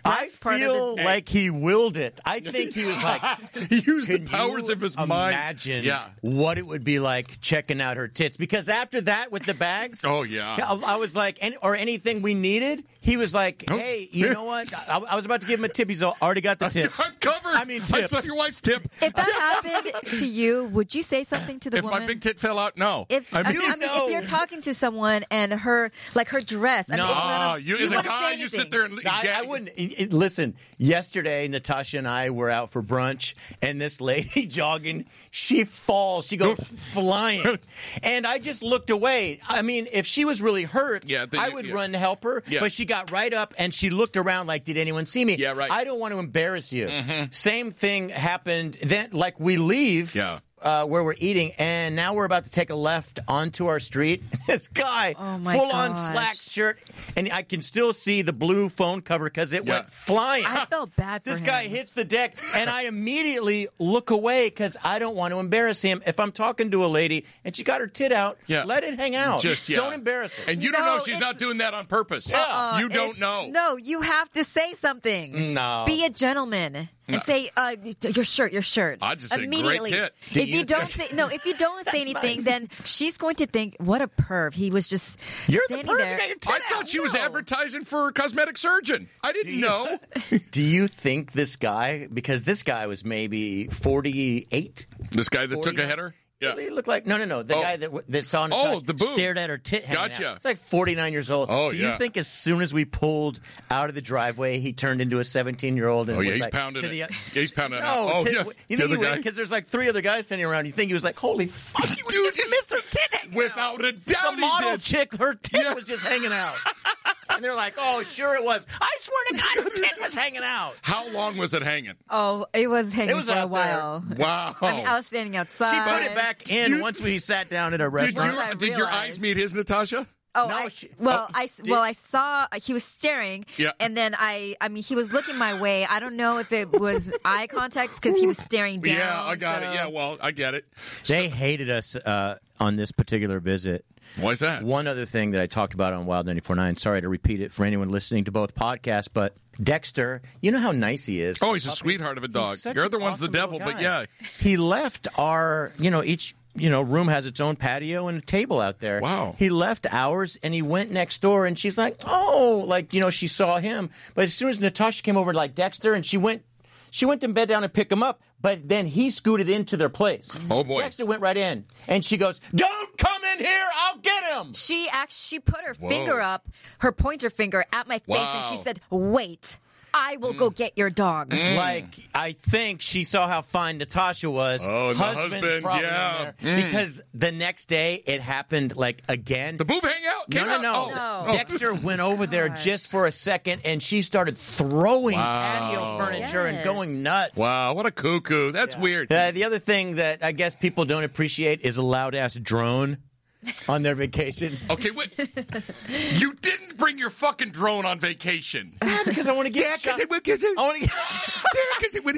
Speaker 1: I
Speaker 3: part
Speaker 1: feel
Speaker 3: of it.
Speaker 1: like he willed it.
Speaker 3: *laughs*
Speaker 1: I think he was
Speaker 2: *laughs*
Speaker 1: like,
Speaker 2: He
Speaker 1: Mm.
Speaker 2: used
Speaker 1: Can
Speaker 2: the powers
Speaker 1: you
Speaker 2: of his mind.
Speaker 1: imagine
Speaker 2: Yeah.
Speaker 1: what it would be like checking out her tits? Because after that, with the bags,
Speaker 2: *laughs* Oh, yeah.
Speaker 1: I, I was like, any, or anything we needed, he was like, hey, you
Speaker 2: *laughs*
Speaker 1: know what? I, I was about to give him a tip. He's al- already got the tips.
Speaker 2: I'm covered.
Speaker 1: I mean,
Speaker 2: I saw
Speaker 1: tips.
Speaker 2: your wife's tip.
Speaker 3: If that happened to you, would you say something to the
Speaker 2: If
Speaker 3: woman?
Speaker 2: my big tit fell out, no.
Speaker 3: if
Speaker 2: I
Speaker 3: I
Speaker 2: mean,
Speaker 3: mean, I mean,
Speaker 1: know.
Speaker 3: if you're talking to someone and her like her dress, I mean,
Speaker 1: No.
Speaker 3: it's not
Speaker 2: ah,
Speaker 3: a,
Speaker 2: you, as a
Speaker 3: wouldn't say
Speaker 2: guy, you
Speaker 3: anything.
Speaker 2: sit there and
Speaker 1: I, I
Speaker 2: gag.
Speaker 1: wouldn't it- it- listen. Yesterday, Natasha and I were out for brunch, and this lady *laughs* jogging, she falls, she
Speaker 2: *laughs*
Speaker 1: goes flying, and I just looked away. I mean, if she was really hurt,
Speaker 2: Yeah, then
Speaker 1: I
Speaker 2: you-
Speaker 1: would
Speaker 2: yeah.
Speaker 1: run to help her.
Speaker 2: Yeah.
Speaker 1: But she got right up and she looked around like, "Did anyone see me?"
Speaker 2: Yeah, right. Mm-hmm.
Speaker 1: I don't want to embarrass you. Same thing happened. Then, like, we leave.
Speaker 2: Yeah.
Speaker 1: Uh, where we're eating, and now we're about to take a left onto our street. *laughs* This guy,
Speaker 3: Oh, my
Speaker 1: full on
Speaker 3: gosh.
Speaker 1: slacks, shirt, and I can still see the blue phone cover because it
Speaker 2: Yeah.
Speaker 1: went flying.
Speaker 3: I felt bad
Speaker 1: *laughs*
Speaker 3: for
Speaker 1: this
Speaker 3: him.
Speaker 1: guy hits the deck, and I immediately look away because I don't want to embarrass him. If I'm talking to a lady and she got her tit out,
Speaker 2: Yeah.
Speaker 1: let it hang out.
Speaker 2: Just yeah.
Speaker 1: don't embarrass her.
Speaker 2: And you don't
Speaker 3: No,
Speaker 2: know if she's
Speaker 3: it's- Uh,
Speaker 2: not doing that on purpose.
Speaker 1: Uh-uh,
Speaker 2: you don't
Speaker 3: It's-
Speaker 2: know.
Speaker 3: No, you have to say something.
Speaker 1: No.
Speaker 3: Be a gentleman and say uh, your shirt, your shirt.
Speaker 2: I just said, "Great
Speaker 3: immediately.
Speaker 2: tit."
Speaker 1: Do
Speaker 3: If
Speaker 1: you
Speaker 3: you don't say no, if you don't say anything,
Speaker 1: nice.
Speaker 3: then she's going to think, "What a perv! He was just
Speaker 1: You're the
Speaker 3: standing
Speaker 1: perv, you
Speaker 3: there."
Speaker 1: got your tit
Speaker 2: I thought she was
Speaker 3: No.
Speaker 2: advertising for a cosmetic surgeon. I didn't know.
Speaker 1: Do you think this guy, because this guy was maybe 48?
Speaker 2: *laughs* This guy that took a
Speaker 1: 49?
Speaker 2: header? Yeah.
Speaker 1: He looked like no, no, no. The
Speaker 2: Oh.
Speaker 1: guy that w- that saw Natasha
Speaker 2: Oh, the boob.
Speaker 1: stared at her tit. Hanging
Speaker 2: Gotcha.
Speaker 1: Out. It's like forty nine years old.
Speaker 2: Oh,
Speaker 1: Do
Speaker 2: yeah.
Speaker 1: you think as soon as we pulled out of the driveway, he turned into a seventeen year old?
Speaker 2: Oh, yeah, he's pounding
Speaker 1: to
Speaker 2: it.
Speaker 1: The,
Speaker 2: *laughs*
Speaker 3: uh,
Speaker 2: Yeah, he's pounding it out.
Speaker 1: No,
Speaker 2: Oh,
Speaker 1: to-
Speaker 2: yeah.
Speaker 1: You
Speaker 2: The
Speaker 1: think
Speaker 2: other
Speaker 1: he
Speaker 2: guy?
Speaker 1: went because there's like three other guys standing around. You think he was like, "Holy fuck, you
Speaker 2: Dude,
Speaker 1: just missed her tit." hanging out.
Speaker 2: *laughs* Without a doubt,
Speaker 1: the
Speaker 2: he
Speaker 1: model
Speaker 2: did.
Speaker 1: chick, her tit
Speaker 2: Yeah.
Speaker 1: was just hanging
Speaker 2: *laughs*
Speaker 1: out. And they're like, "Oh, sure it was. I swear to God, her tit was hanging
Speaker 2: *laughs*
Speaker 1: out."
Speaker 2: How long was it hanging?
Speaker 3: Oh, it was hanging
Speaker 1: It was
Speaker 3: for a
Speaker 1: out there. Oh.
Speaker 3: while.
Speaker 2: Wow.
Speaker 3: I mean, I was standing outside.
Speaker 1: She put it back in
Speaker 2: You-
Speaker 1: once we sat down at our
Speaker 2: did
Speaker 1: restaurant.
Speaker 3: I
Speaker 2: you, did your eyes
Speaker 3: realized-
Speaker 2: meet his, Natasha?
Speaker 3: Oh,
Speaker 1: No,
Speaker 3: I,
Speaker 1: she-
Speaker 3: well,
Speaker 1: oh,
Speaker 3: I s-
Speaker 1: did-
Speaker 3: well, I saw he was staring,
Speaker 2: Yeah.
Speaker 3: and then I, I mean, he was looking my way. I don't know if it was eye contact because he was staring down.
Speaker 2: yeah, I got
Speaker 3: so-
Speaker 2: it. Yeah, well, I get it.
Speaker 1: They hated us uh, on this particular visit.
Speaker 2: Why's that?
Speaker 1: One other thing that I talked about on Wild 94.9, sorry to repeat it for anyone listening to both podcasts, but Dexter, you know how nice he is.
Speaker 2: Oh, he's a sweetheart of a dog.
Speaker 1: He's such
Speaker 2: Your
Speaker 1: an
Speaker 2: other one's the
Speaker 1: awesome little
Speaker 2: devil, but
Speaker 1: guy.
Speaker 2: yeah.
Speaker 1: He left our, you know, each. You know, room has its own patio and a table out there.
Speaker 2: Wow.
Speaker 1: He left ours and he went next door and she's like, Oh, like, you know, she saw him. But as soon as Natasha came over like Dexter and she went she went to bed down and pick him up, but then he scooted into their place.
Speaker 2: Oh, boy.
Speaker 1: Dexter went right in and she goes, Don't come in here, I'll get him.
Speaker 3: She actually she put her finger up, her pointer finger at my face, and she
Speaker 2: Wow.
Speaker 3: said, "Wait, I will go get your dog."
Speaker 2: Mm.
Speaker 1: Like I think she saw how fine Natasha was.
Speaker 2: Oh, and the
Speaker 1: Husband's
Speaker 2: husband,
Speaker 1: probably in
Speaker 2: yeah. Mm.
Speaker 1: there. Because the next day it happened like again.
Speaker 2: The boob hangout?
Speaker 1: no,
Speaker 2: Came
Speaker 1: no,
Speaker 2: out?
Speaker 1: no,
Speaker 2: Oh.
Speaker 3: No.
Speaker 1: Dexter went over there just for a second, and she started throwing patio furniture and
Speaker 3: Yes.
Speaker 1: going nuts.
Speaker 2: Wow, what a cuckoo. That's weird.
Speaker 1: Uh, the other thing that I guess people don't appreciate is a loud ass drone on their
Speaker 3: *laughs*
Speaker 1: vacation. *laughs*
Speaker 2: Okay, wait. you didn't bring your fucking drone on vacation.
Speaker 1: *laughs* Yeah, because I want to get
Speaker 2: Yeah, 'cause
Speaker 1: shot-
Speaker 2: it would get
Speaker 1: *laughs* I want to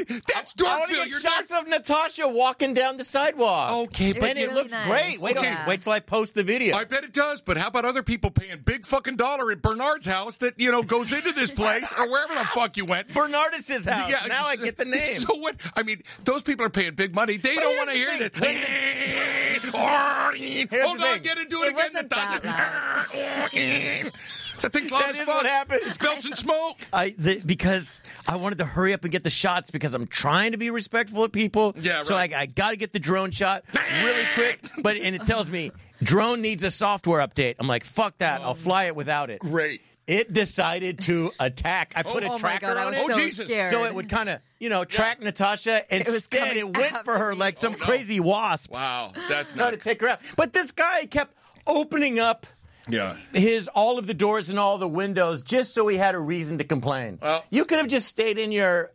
Speaker 1: get,
Speaker 2: *laughs* That's
Speaker 1: I
Speaker 2: drunk,
Speaker 1: want to
Speaker 2: Bill.
Speaker 1: get
Speaker 2: You're
Speaker 1: shots of Natasha walking down the sidewalk.
Speaker 2: Okay,
Speaker 1: and
Speaker 2: but
Speaker 1: it
Speaker 3: really
Speaker 1: looks
Speaker 3: nice.
Speaker 1: great. Wait,
Speaker 3: Okay.
Speaker 1: till- wait till I post the video.
Speaker 2: I bet it does, but how about other people paying big fucking dollar at Bernard's house that, you know, goes into this place or wherever the fuck you went?
Speaker 1: Bernardus's house.
Speaker 2: Yeah,
Speaker 1: now I get
Speaker 2: *laughs*
Speaker 1: the name.
Speaker 2: So what? I mean, those people are paying big money. They don't
Speaker 1: here's
Speaker 2: want to
Speaker 1: the
Speaker 2: hear
Speaker 1: thing.
Speaker 2: this. Hold
Speaker 1: the
Speaker 2: on,
Speaker 1: thing.
Speaker 2: get it, do it,
Speaker 3: It
Speaker 2: again.
Speaker 3: wasn't
Speaker 2: Natasha. that thing's loud
Speaker 1: That
Speaker 2: as
Speaker 1: is
Speaker 2: fuck.
Speaker 1: what happened.
Speaker 2: It's belching smoke.
Speaker 1: I the, because I wanted to hurry up and get the shots because I'm trying to be respectful of people.
Speaker 2: Yeah,
Speaker 1: So I,
Speaker 2: right.
Speaker 1: I got to get the drone shot really quick. But and it tells me drone needs a software update. I'm like, fuck that. I'll fly it without it.
Speaker 2: Oh, Great.
Speaker 6: It decided to attack. I put
Speaker 3: oh
Speaker 6: a
Speaker 3: my
Speaker 6: tracker
Speaker 3: god, I
Speaker 6: on
Speaker 3: was
Speaker 6: it.
Speaker 2: Oh,
Speaker 3: so
Speaker 2: Jesus.
Speaker 3: scared.
Speaker 6: So it would kind of, you know, track Natasha. And
Speaker 3: was
Speaker 6: instead,
Speaker 3: coming
Speaker 6: it went for
Speaker 3: after
Speaker 6: her
Speaker 3: me.
Speaker 6: like some
Speaker 2: Oh, no.
Speaker 6: crazy wasp.
Speaker 2: Wow, that's
Speaker 6: Trying
Speaker 2: not.
Speaker 6: to take her out. But this guy kept opening up
Speaker 2: Yeah.
Speaker 6: his all of the doors and all the windows just so he had a reason to complain.
Speaker 2: Well-
Speaker 6: you could have just stayed in your,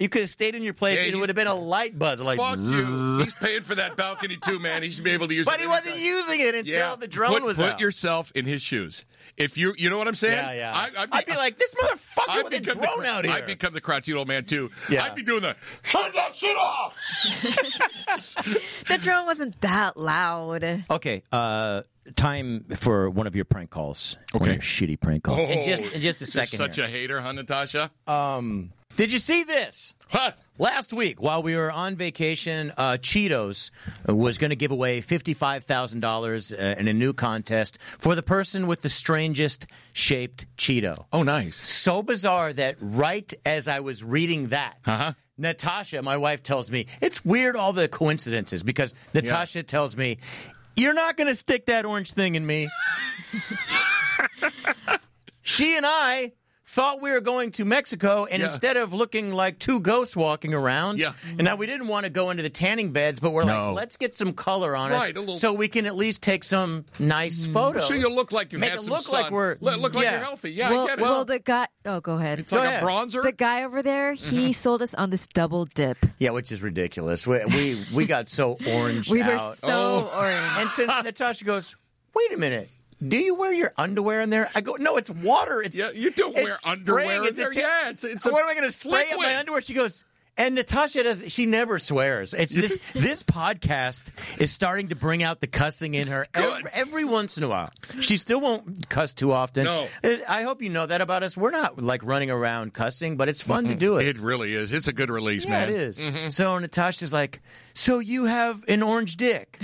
Speaker 6: you could have stayed in your place.
Speaker 2: Yeah,
Speaker 6: and it
Speaker 2: he's-
Speaker 6: would have been a light buzz, like.
Speaker 2: Fuck you. He's paying for that balcony too, man. He should be able to use it.
Speaker 6: But he wasn't
Speaker 2: anytime.
Speaker 6: using it until the drone
Speaker 2: put,
Speaker 6: was
Speaker 2: Put
Speaker 6: out.
Speaker 2: yourself in his shoes. If you, you know what I'm saying?
Speaker 6: yeah, yeah.
Speaker 2: I,
Speaker 6: I'd, be like, this motherfucker with a
Speaker 2: become
Speaker 6: drone
Speaker 2: the,
Speaker 6: out here.
Speaker 2: I become the crouchy old man too.
Speaker 6: Yeah.
Speaker 2: I'd be doing the shut that shit off.
Speaker 3: the drone wasn't that loud.
Speaker 1: Okay, uh, time for one of your prank calls. One of
Speaker 2: Okay. Oh.
Speaker 1: your shitty prank calls. in just in just a
Speaker 2: *laughs* You're
Speaker 1: 2nd
Speaker 2: Such
Speaker 1: here.
Speaker 2: a hater, huh, Natasha?
Speaker 1: Um, Did you see this?
Speaker 2: What?
Speaker 1: Last week, while we were on vacation, uh, Cheetos was going to give away $55,000 uh, in a new contest for the person with the strangest shaped Cheeto.
Speaker 2: Oh, nice.
Speaker 1: So bizarre that right as I was reading that,
Speaker 2: Uh-huh.
Speaker 1: Natasha, my wife, tells me, it's weird all the coincidences because Natasha tells me, you're not going to stick that orange thing in
Speaker 2: *laughs*
Speaker 1: me. she and I thought we were going to Mexico, and
Speaker 2: Yeah.
Speaker 1: instead of looking like two ghosts walking around,
Speaker 2: Yeah.
Speaker 1: and now we didn't want to go into the tanning beds, but we're
Speaker 2: No.
Speaker 1: like, let's get some color on us
Speaker 2: Right, a little- Mm,
Speaker 1: so we can at least take some nice photos.
Speaker 2: So you look like you
Speaker 1: Make
Speaker 2: had
Speaker 1: it
Speaker 2: some
Speaker 1: look
Speaker 2: sun.
Speaker 1: like we're-
Speaker 2: Look, look like
Speaker 1: yeah.
Speaker 2: you're healthy. Yeah,
Speaker 3: well,
Speaker 2: I get it.
Speaker 3: well, the guy. Oh, go ahead.
Speaker 2: it's like
Speaker 1: go
Speaker 2: a
Speaker 1: ahead.
Speaker 2: bronzer.
Speaker 3: the guy over there, he sold us on this double dip.
Speaker 1: Yeah, which is ridiculous. We we, we got
Speaker 3: *laughs*
Speaker 1: so orange
Speaker 3: We were
Speaker 1: out. Oh,
Speaker 3: so orange.
Speaker 1: And
Speaker 3: *laughs*
Speaker 1: since Natasha goes, wait a minute. Do you wear your underwear in there? I go, no, it's water. It's
Speaker 2: Yeah, you don't
Speaker 1: it's
Speaker 2: wear
Speaker 1: spraying.
Speaker 2: underwear in
Speaker 1: It's a
Speaker 2: there.
Speaker 1: ta-
Speaker 2: Yeah, it's- it's a
Speaker 1: what am I going to spray up my
Speaker 2: liquid."
Speaker 1: underwear? She goes, and Natasha does. She never swears. It's
Speaker 2: *laughs*
Speaker 1: this. this podcast is starting to bring out the cussing in her ev-
Speaker 2: Good.
Speaker 1: every, once in a while. She still won't cuss too often.
Speaker 2: No.
Speaker 1: Uh, I hope you know that about us. We're not like running around cussing, but it's fun to do
Speaker 2: it really is. It's a good release, man.
Speaker 1: yeah, it is.
Speaker 2: Mm-hmm.
Speaker 1: So Natasha's like, "So you have an orange dick?"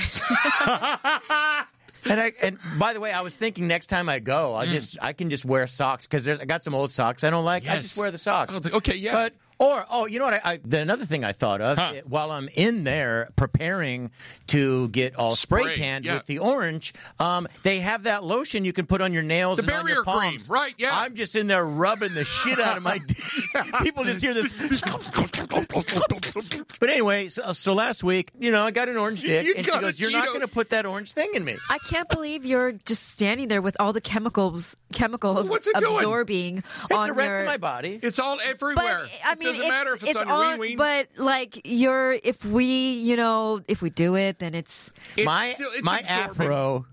Speaker 1: and I and by the way, I was thinking next time I go,
Speaker 2: Mm.
Speaker 1: I just I can just wear socks because I got some old socks I don't like. I just
Speaker 2: Yes.
Speaker 1: wear the socks.
Speaker 2: Oh, the- okay, yeah.
Speaker 1: But or oh, you know what? I, I the, another thing I thought of
Speaker 2: Huh.
Speaker 1: eh, while I'm in there preparing to get all spray,
Speaker 2: Spray,
Speaker 1: tanned
Speaker 2: yeah.
Speaker 1: with the orange, um, they have that lotion you can put on your nails
Speaker 2: The
Speaker 1: and on your
Speaker 2: barrier cream,
Speaker 1: palms.
Speaker 2: right, yeah.
Speaker 1: I'm just in there rubbing the shit out
Speaker 2: *laughs*
Speaker 1: of my dick. People just hear this. But anyway, so, so last week, you know, I got an orange dick,
Speaker 2: *laughs* you
Speaker 1: and she
Speaker 2: got a
Speaker 1: goes, "You're not
Speaker 2: Cheeto."
Speaker 1: going to put that orange thing in me."
Speaker 3: I can't believe you're just standing there with all the chemicals chemicals
Speaker 2: What's it doing?
Speaker 3: absorbing
Speaker 1: It's
Speaker 3: on
Speaker 1: the rest
Speaker 3: your
Speaker 1: of my body.
Speaker 2: It's all
Speaker 3: But
Speaker 2: everywhere.
Speaker 3: I mean,
Speaker 2: it doesn't matter if it's, on your ween ween.
Speaker 3: But like, you're if we, you know, if we do it, then it's.
Speaker 2: It's
Speaker 1: my
Speaker 2: still- it's
Speaker 1: my
Speaker 2: absorbing.
Speaker 1: afro.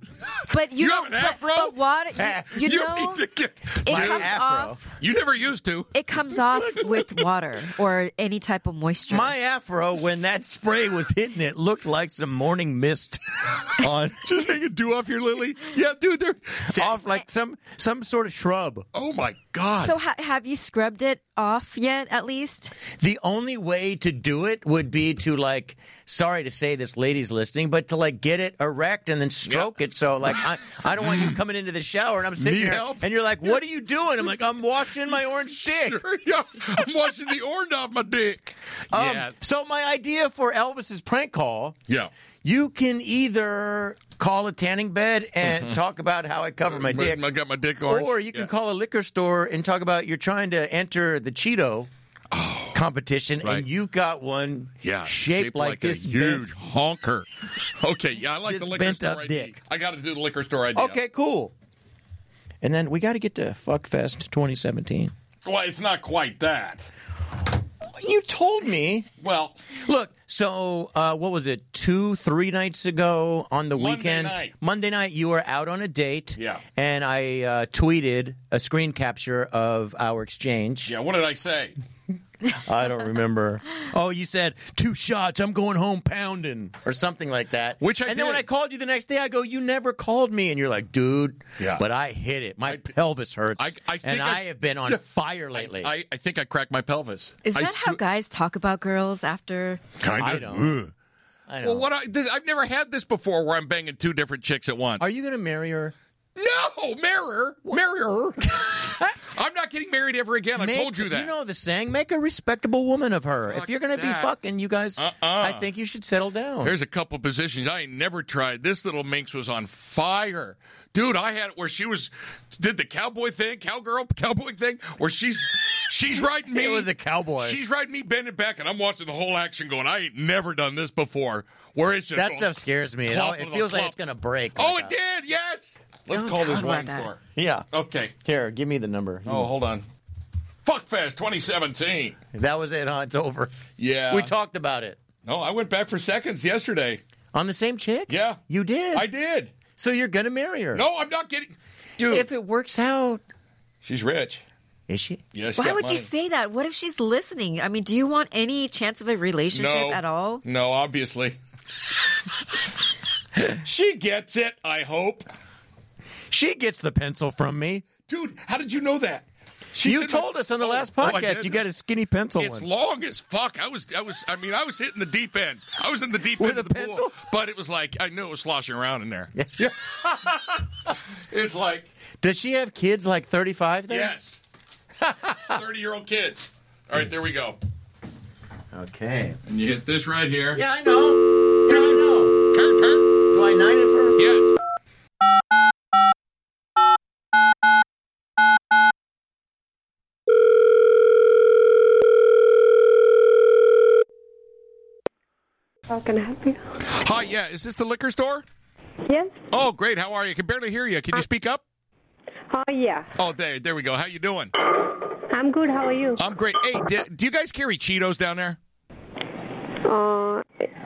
Speaker 3: But you,
Speaker 2: You have
Speaker 3: don't-
Speaker 2: an
Speaker 3: but-
Speaker 2: afro?
Speaker 3: But, water,
Speaker 2: *laughs*
Speaker 3: you, you
Speaker 2: you
Speaker 3: know,
Speaker 2: need to get.
Speaker 3: it
Speaker 1: My
Speaker 3: comes
Speaker 1: afro.
Speaker 3: off.
Speaker 2: You never used to.
Speaker 3: It
Speaker 2: *laughs*
Speaker 3: comes off with water or any type of moisture.
Speaker 1: My afro, when that spray was hitting it, looked like some morning mist *laughs* on
Speaker 2: Just take a do off your lily. Yeah, dude. They're,
Speaker 1: off like some some sort of shrub.
Speaker 2: oh my god.
Speaker 3: so ha- have you scrubbed it off yet? At least
Speaker 1: The only way to do it would be to like, sorry to say this, ladies listening, but to like get it erect and then stroke it. So like, I, I don't want you coming into the shower and I'm sitting
Speaker 2: *laughs* Need
Speaker 1: here
Speaker 2: help?
Speaker 1: and you're like, what are you doing? I'm like, I'm washing my
Speaker 2: *laughs*
Speaker 1: orange *laughs* dick.
Speaker 2: yeah, I'm washing the orange off my dick.
Speaker 1: Um,
Speaker 2: yeah.
Speaker 1: So my idea for Elvis's prank call,
Speaker 2: Yeah.
Speaker 1: you can either call a tanning bed and talk about how I cover my
Speaker 2: Mm-hmm. My-
Speaker 1: dick,
Speaker 2: I got my dick orange.
Speaker 1: or you can
Speaker 2: Yeah.
Speaker 1: call a liquor store and talk about you're trying to enter the Cheeto. competition
Speaker 2: Oh, right.
Speaker 1: and you got one
Speaker 2: Yeah,
Speaker 1: shaped, like, this
Speaker 2: a
Speaker 1: bent
Speaker 2: huge honker. Okay, yeah, I like
Speaker 1: This
Speaker 2: the liquor
Speaker 1: bent
Speaker 2: store
Speaker 1: up
Speaker 2: ID.
Speaker 1: dick.
Speaker 2: I got to do the liquor store ID.
Speaker 1: Okay, cool. And then we got to get to Fuckfest 2017.
Speaker 2: well, it's not quite that.
Speaker 1: You told me.
Speaker 2: Well,
Speaker 1: Look, so uh, what was it? Two, three nights ago on the
Speaker 2: Monday
Speaker 1: weekend,
Speaker 2: night.
Speaker 1: Monday night, you were out on a date.
Speaker 2: Yeah.
Speaker 1: And I uh, tweeted a screen capture of our exchange.
Speaker 2: yeah, what did I say?
Speaker 1: I don't remember. *laughs* oh, you said two shots. I'm going home pounding or something like that.
Speaker 2: Which I
Speaker 1: and then when
Speaker 2: did.
Speaker 1: I called you the next day, I go, "You never called me," and you're like, "Dude,
Speaker 2: Yeah.
Speaker 1: but I hit it. My
Speaker 2: I-
Speaker 1: pelvis hurts,
Speaker 2: I- I
Speaker 1: and
Speaker 2: think
Speaker 1: I,
Speaker 2: I-
Speaker 1: have been on
Speaker 2: Yeah.
Speaker 1: fire lately."
Speaker 2: I, I think I cracked my pelvis.
Speaker 3: is
Speaker 2: I
Speaker 3: that how
Speaker 2: sw-
Speaker 3: guys talk about girls after?
Speaker 2: Kinda.
Speaker 1: I don't.
Speaker 2: Ugh.
Speaker 1: I know.
Speaker 2: Well, what I this, I've never had this before, where I'm banging two different chicks at once.
Speaker 1: Are you going to marry her? *laughs*
Speaker 2: no, mirror, mirror. I'm not getting married ever again. I
Speaker 7: Make-
Speaker 2: told you that.
Speaker 7: know the saying: make a respectable woman of her.
Speaker 2: Fuck
Speaker 7: if you're going to be
Speaker 2: that.
Speaker 7: fucking, you guys,
Speaker 2: Uh-uh.
Speaker 7: I think you should settle down.
Speaker 2: There's a couple positions I ain't never tried. This little minx was on fire. Dude, I had it where she was did the cowboy thing, cowgirl, cowboy thing, where she's she's riding me.
Speaker 1: It was a cowboy.
Speaker 2: She's riding me bending back, and I'm watching the whole action going, I ain't never done this before. Where it's just
Speaker 1: that
Speaker 2: going,
Speaker 1: stuff scares me. It,
Speaker 2: Plop,
Speaker 1: al- it feels like
Speaker 2: plop.
Speaker 1: it's going to break.
Speaker 2: Oh, it did, yes. Let's
Speaker 3: Don't
Speaker 2: call this
Speaker 3: talk
Speaker 2: wine
Speaker 3: about that.
Speaker 2: store.
Speaker 1: Yeah.
Speaker 2: Okay.
Speaker 1: Here, give me the number.
Speaker 2: Oh, hold on. Fuckfest 2017.
Speaker 1: That was it, huh? It's over.
Speaker 2: Yeah.
Speaker 1: We talked about it.
Speaker 2: No, I went back for seconds yesterday.
Speaker 1: On the same chick?
Speaker 2: Yeah.
Speaker 1: You did?
Speaker 2: I did.
Speaker 1: So you're going to marry her?
Speaker 2: No, I'm not getting. Dude,
Speaker 1: If it works out.
Speaker 2: she's rich.
Speaker 1: Is she?
Speaker 2: Yes.
Speaker 3: Why would you say that? What if she's listening? I mean, do you want any chance of a relationship
Speaker 2: no
Speaker 3: at all?
Speaker 2: No, obviously. she gets it. I hope,
Speaker 1: She gets the pencil from me.
Speaker 2: dude. How did you know that? She
Speaker 1: you
Speaker 2: said-
Speaker 1: told us on the
Speaker 2: Oh,
Speaker 1: last
Speaker 2: oh, I
Speaker 1: podcast
Speaker 2: did.
Speaker 1: you got a skinny pencil
Speaker 2: It's
Speaker 1: one.
Speaker 2: long as fuck. I was, I was, I mean, I was hitting the deep end. I was in the deep
Speaker 1: With
Speaker 2: end of
Speaker 1: a
Speaker 2: the
Speaker 1: pencil?
Speaker 2: pool, but it was like I knew it was sloshing around
Speaker 1: *laughs*
Speaker 2: in there. Yeah. it's like
Speaker 1: Does she have kids like 35 then?
Speaker 2: yes, thirty-year-old kids. All right, there we go.
Speaker 1: Okay.
Speaker 2: And you hit this right here.
Speaker 1: Yeah, I know. Yeah, I know.
Speaker 2: Turn, turn.
Speaker 1: Do I nine it first?
Speaker 2: Yes.
Speaker 8: How can I help you?
Speaker 2: Hi, yeah. Is this the liquor store?
Speaker 8: Yes.
Speaker 2: Oh, great. How are you? I can barely hear you. Can you speak up?
Speaker 8: Oh yeah.
Speaker 2: Oh, there, there we go. How you doing?
Speaker 8: I'm good. How are you?
Speaker 2: I'm great. Hey, do, do you guys carry Cheetos down there?
Speaker 8: Uh,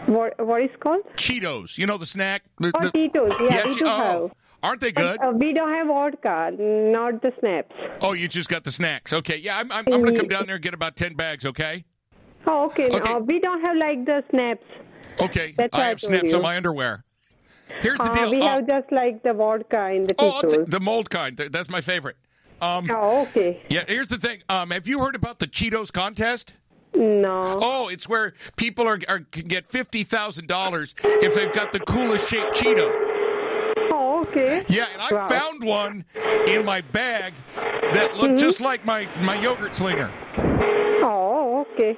Speaker 8: what what is called?
Speaker 2: Cheetos. You know the snack. The-
Speaker 8: Oh,
Speaker 2: the-
Speaker 8: Tito's. Yeah, we
Speaker 2: che-
Speaker 8: do
Speaker 2: oh,
Speaker 8: have.
Speaker 2: aren't they
Speaker 8: But,
Speaker 2: good?
Speaker 8: uh, we don't have vodka, not the snaps.
Speaker 2: Oh, you just got the snacks. Okay, yeah. I'm, I'm, I'm gonna come down there and get about ten bags. Okay.
Speaker 8: Oh, okay.
Speaker 2: Okay.
Speaker 8: Uh, we don't have like the snaps.
Speaker 2: Okay.
Speaker 8: That's
Speaker 2: I
Speaker 8: what I
Speaker 2: have
Speaker 8: told
Speaker 2: snaps
Speaker 8: you.
Speaker 2: on my underwear. Here's the
Speaker 8: Uh,
Speaker 2: deal.
Speaker 8: we
Speaker 2: oh,
Speaker 8: have just like the vodka in the
Speaker 2: oh, I'll
Speaker 8: Tito's.
Speaker 2: take the mold kind. Th- That's my favorite. Um,
Speaker 8: Oh, okay.
Speaker 2: yeah. Here's the thing. Um, have you heard about the Cheetos contest?
Speaker 8: No.
Speaker 2: Oh, it's where people are, are can get fifty thousand dollars if they've got the coolest shaped Cheeto.
Speaker 8: Oh, okay.
Speaker 2: Yeah, and I
Speaker 8: Wow.
Speaker 2: found one in my bag that
Speaker 8: Mm-hmm.
Speaker 2: looked just like my, my yogurt slinger.
Speaker 8: Oh, okay.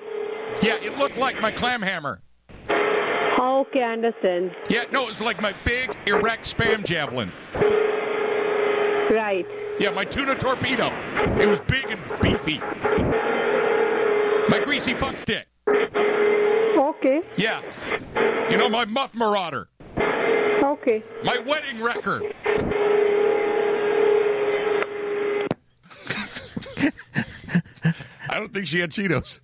Speaker 2: Yeah, it looked like my clam hammer.
Speaker 8: Oh, okay. I understand.
Speaker 2: Yeah, no, it was like my big erect spam javelin.
Speaker 8: Right.
Speaker 2: Yeah, my tuna torpedo. It was big and beefy. My greasy fuck stick.
Speaker 8: Okay.
Speaker 2: Yeah. You know, my muff marauder.
Speaker 8: Okay.
Speaker 2: My wedding wrecker. I don't think she had Cheetos.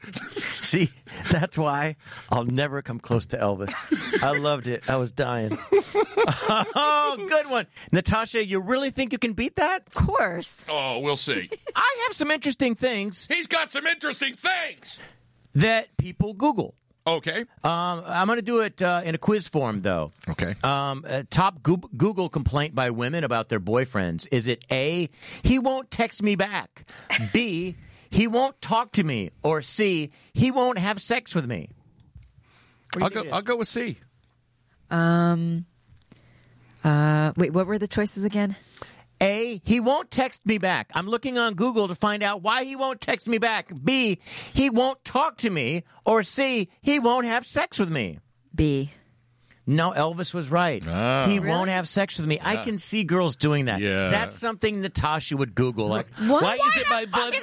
Speaker 1: See, that's why I'll never come close to Elvis. I loved it. I was dying. *laughs* oh, good one. Natasha, you really think you can beat that?
Speaker 3: Of course.
Speaker 2: Oh, we'll see.
Speaker 1: I have some interesting things
Speaker 2: He's got some interesting things.
Speaker 1: that people Google.
Speaker 2: Okay.
Speaker 1: Um, I'm going to do it uh, in a quiz form, though.
Speaker 2: Okay.
Speaker 1: Um, uh, top Goog- Google complaint by women about their boyfriends. Is it A, he won't text me back? B, he won't talk to me? Or C, he won't have sex with me?
Speaker 2: I'll go. I'll go with C.
Speaker 3: Um. Uh, wait, what were the choices again?
Speaker 1: A, he won't text me back. I'm looking on Google to find out why he won't text me back. B, he won't talk to me. Or C, he won't have sex with me.
Speaker 3: B.
Speaker 1: No, Elvis was right. he won't
Speaker 3: Really?
Speaker 1: have sex with me. I can see girls doing that.
Speaker 2: Yeah.
Speaker 1: That's something Natasha would Google. Like,
Speaker 3: What?
Speaker 1: why
Speaker 3: Why
Speaker 1: is it my blood?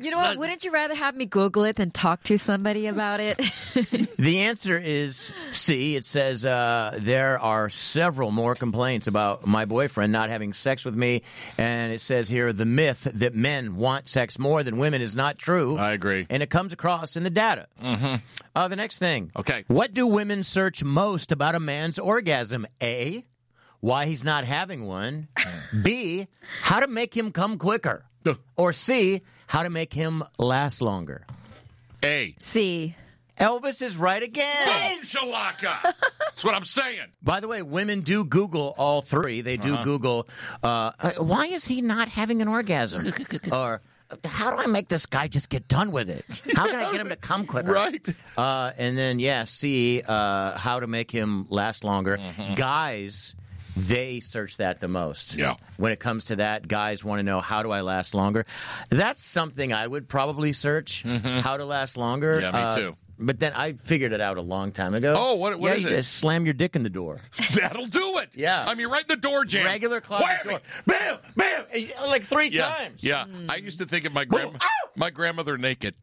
Speaker 3: You know what? Wouldn't you rather have me Google it than talk to somebody about it? *laughs*
Speaker 1: The answer is C. It says uh, there are several more complaints about my boyfriend not having sex with me, and it says here the myth that men want sex more than women is not true.
Speaker 2: I agree.
Speaker 1: and it comes across in the data. Mm-hmm. Uh, the next thing.
Speaker 2: Okay.
Speaker 1: What do women search most about a man's orgasm? A. Why he's not having one. B. How to make him come quicker. Or C. How to make him last longer.
Speaker 2: A.
Speaker 3: C.
Speaker 1: Elvis is right again.
Speaker 2: Boom shalaka. That's what I'm saying.
Speaker 1: By the way, women do Google all three. They
Speaker 2: Uh-huh.
Speaker 1: do Google, uh, uh, why is he not having an
Speaker 2: *laughs*
Speaker 1: orgasm? or how do I make this guy just get done with it? How can I get him to come quicker?
Speaker 2: *laughs* Right. Mm-hmm.
Speaker 1: Uh, and then, yeah, see uh, how to make him last longer. Guys They search that the most.
Speaker 2: Yeah.
Speaker 1: When it comes to that, guys want to know how do I last longer. That's something I would probably search. How to last longer.
Speaker 2: Mm-hmm.
Speaker 1: Uh,
Speaker 2: Yeah, me too.
Speaker 1: But then I figured it out a long time ago.
Speaker 2: Oh, what- what
Speaker 1: yeah,
Speaker 2: is
Speaker 1: you
Speaker 2: it?
Speaker 1: Just slam your dick in the door.
Speaker 2: That'll do it.
Speaker 1: Yeah.
Speaker 2: I mean, right in the door jam.
Speaker 1: Regular closet
Speaker 2: Whammy.
Speaker 1: door. Bam, bam, and you- like three
Speaker 2: Yeah,
Speaker 1: times.
Speaker 2: yeah. I used to think of my grandma, my grandmother naked.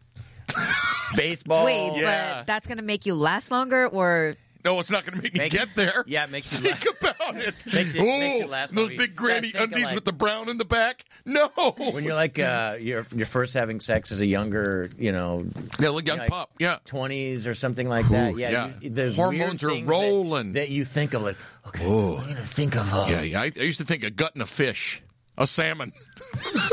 Speaker 1: Baseball.
Speaker 3: Wait,
Speaker 2: yeah.
Speaker 3: but that's gonna make you last longer, or
Speaker 2: No, it's not going to make me
Speaker 1: Make-
Speaker 2: get there.
Speaker 1: Yeah, it makes *laughs* you laugh.
Speaker 2: *laughs* Think about it.
Speaker 1: Makes it-
Speaker 2: Ooh,
Speaker 1: makes it last
Speaker 2: those
Speaker 1: longer.
Speaker 2: big granny
Speaker 1: Gotta think
Speaker 2: undies
Speaker 1: alike.
Speaker 2: with the brown in the back. No,
Speaker 1: When you're like uh, you're you're first having sex as a younger, you know,
Speaker 2: yeah, like young
Speaker 1: like-
Speaker 2: pup. Yeah,
Speaker 1: twenties or something like that.
Speaker 2: Ooh,
Speaker 1: yeah,
Speaker 2: yeah.
Speaker 1: you- the
Speaker 2: Hormones
Speaker 1: weird
Speaker 2: are
Speaker 1: things
Speaker 2: rolling.
Speaker 1: That, that you think of like, okay,
Speaker 2: Ooh.
Speaker 1: I'm gonna think of uh,
Speaker 2: yeah. yeah. I, I used to think a gut and a fish, a salmon. *laughs*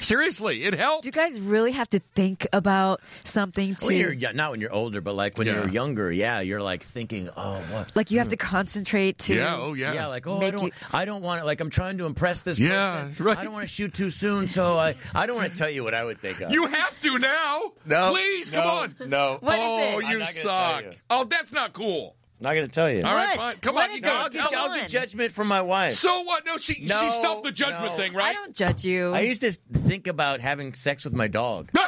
Speaker 2: Seriously, it helped.
Speaker 3: do you guys really have to think about something
Speaker 1: When you're
Speaker 3: to
Speaker 1: yo- not when you're older, but like when
Speaker 2: Yeah.
Speaker 1: you're younger, yeah, you're like thinking, oh, what?
Speaker 3: like you have to concentrate to?
Speaker 2: Yeah, oh yeah.
Speaker 1: Yeah, like oh, I
Speaker 3: Make
Speaker 1: don't,
Speaker 3: you-
Speaker 1: I don't want to. Like I'm trying to impress this.
Speaker 2: Yeah,
Speaker 1: person.
Speaker 2: right.
Speaker 1: I don't want to shoot too soon, so I, I don't want to tell you what I would think of.
Speaker 2: you have to now.
Speaker 1: No,
Speaker 2: please
Speaker 1: no,
Speaker 2: come on.
Speaker 1: No,
Speaker 3: What is
Speaker 2: oh,
Speaker 3: it?
Speaker 1: I'm not
Speaker 2: you
Speaker 1: gonna
Speaker 2: suck.
Speaker 1: tell you.
Speaker 2: Oh, that's not cool.
Speaker 1: not gonna tell you.
Speaker 2: All right,
Speaker 3: What?
Speaker 2: fine. Come
Speaker 3: What
Speaker 2: on,
Speaker 3: is
Speaker 2: you
Speaker 3: it?
Speaker 2: got.
Speaker 3: Did
Speaker 2: I'll-
Speaker 3: y'all
Speaker 2: I'll-
Speaker 1: I'll do
Speaker 3: Dylan.
Speaker 1: judgment from my wife.
Speaker 2: So what? No, she
Speaker 1: No,
Speaker 2: she stumped the judgment
Speaker 1: no.
Speaker 2: thing,
Speaker 3: I
Speaker 2: right?
Speaker 3: don't judge you.
Speaker 1: I used to think about having sex with my dog. *laughs*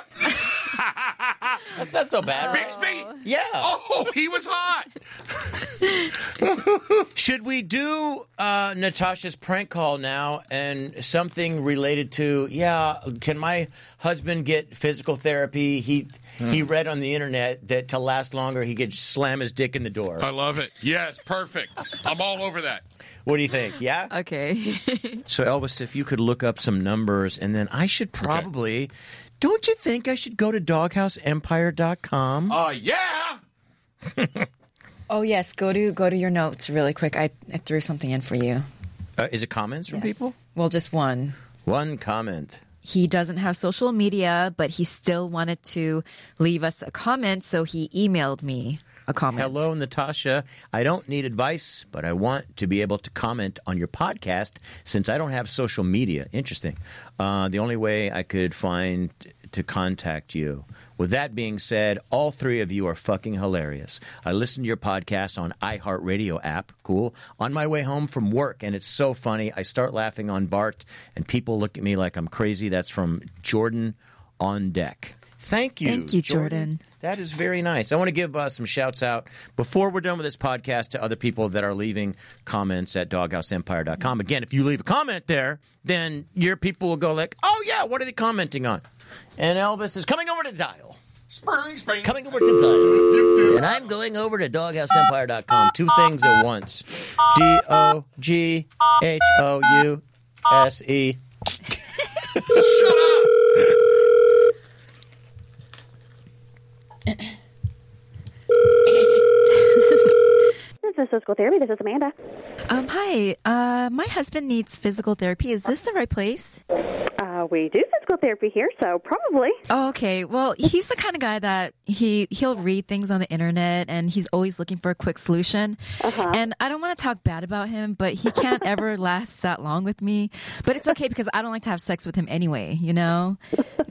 Speaker 1: That's not so bad. right?
Speaker 2: Bixby.
Speaker 1: Yeah.
Speaker 2: Oh, he was hot.
Speaker 1: Should we do uh, Natasha's prank call now and something related to, yeah, can my husband get physical therapy? He
Speaker 2: Hmm.
Speaker 1: he read on the internet that to last longer, he could slam his dick in the door.
Speaker 2: *laughs* I love it. Yes, perfect. I'm all over that.
Speaker 1: What do you think? Yeah?
Speaker 3: okay.
Speaker 1: So, Elvis, if you could look up some numbers, and then I should probably. Don't you think I should go to doghouseempire.com?
Speaker 2: Uh, yeah.
Speaker 3: oh yes, go to go to your notes really quick. I, I threw something in for you.
Speaker 1: Uh, is it comments from
Speaker 3: Yes.
Speaker 1: people?
Speaker 3: Well, just one.
Speaker 1: One comment.
Speaker 3: He doesn't have social media, but he still wanted to leave us a comment, so he emailed me a comment.
Speaker 1: Hello, Natasha. I don't need advice, but I want to be able to comment on your podcast since I don't have social media. Interesting. Uh, the only way I could find to contact you. With that being said, all three of you are fucking hilarious. I listen to your podcast on iHeartRadio app, cool, on my way home from work, and it's so funny. I start laughing on Bart, and people look at me like I'm crazy. That's from Jordan on deck. Thank you.
Speaker 3: Thank you, Jordan.
Speaker 1: That is very nice. I want to give uh, some shouts out before we're done with this podcast to other people that are leaving comments at doghouseempire.com. Again, if you leave a comment there, then your people will go like, "Oh yeah, what are they commenting on?" And Elvis is coming over to dial.
Speaker 2: Spring, spring.
Speaker 1: Coming over to dial. And I'm going over to doghouseempire.com. Two things at once. D O G H O U S E.
Speaker 8: This is physical therapy. This is Amanda.
Speaker 3: Um, hi. Uh, my husband needs physical therapy. Is this the right place?
Speaker 8: Uh, we do physical therapy here, so probably.
Speaker 3: Oh, okay. Well, he's the kind of guy that he he'll read things on the internet, and he's always looking for a quick solution. And I don't want to talk bad about him, but he can't ever last that long with me. But it's okay because I don't like to have sex with him anyway. You know?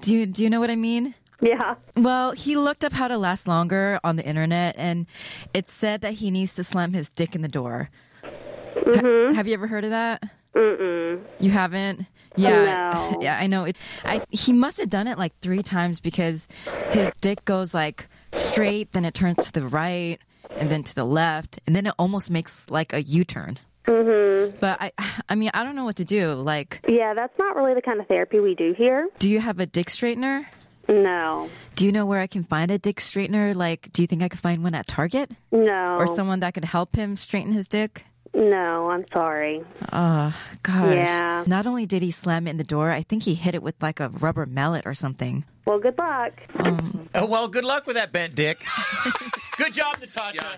Speaker 3: Do you do you know what I mean?
Speaker 8: Yeah.
Speaker 3: Well, he looked up how to last longer on the internet, and it said that he needs to slam his dick in the door. Ha- have you ever heard of that? Mm-mm. You haven't? Yeah,
Speaker 8: Oh,
Speaker 3: *laughs*
Speaker 8: No.
Speaker 3: yeah, I know. It, I he must have done it like three times because his dick goes like straight, then it turns to the right, and then to the left, and then it almost makes like a U turn. Mm-hmm. But I, I mean, I don't know what to do. Like,
Speaker 8: Yeah, that's not really the kind of therapy we do here.
Speaker 3: do you have a dick straightener?
Speaker 8: No.
Speaker 3: Do you know where I can find a dick straightener? Like, do you think I could find one at Target
Speaker 8: No.
Speaker 3: or someone that could help him straighten his dick?
Speaker 8: No, I'm sorry.
Speaker 3: Oh, gosh.
Speaker 8: Yeah.
Speaker 3: Not only did he slam it in the door, I think he hit it with like a rubber mallet or something.
Speaker 8: Well, good luck.
Speaker 1: Oh, well, good luck with that bent dick. *laughs* good job, Natasha.
Speaker 2: Yeah,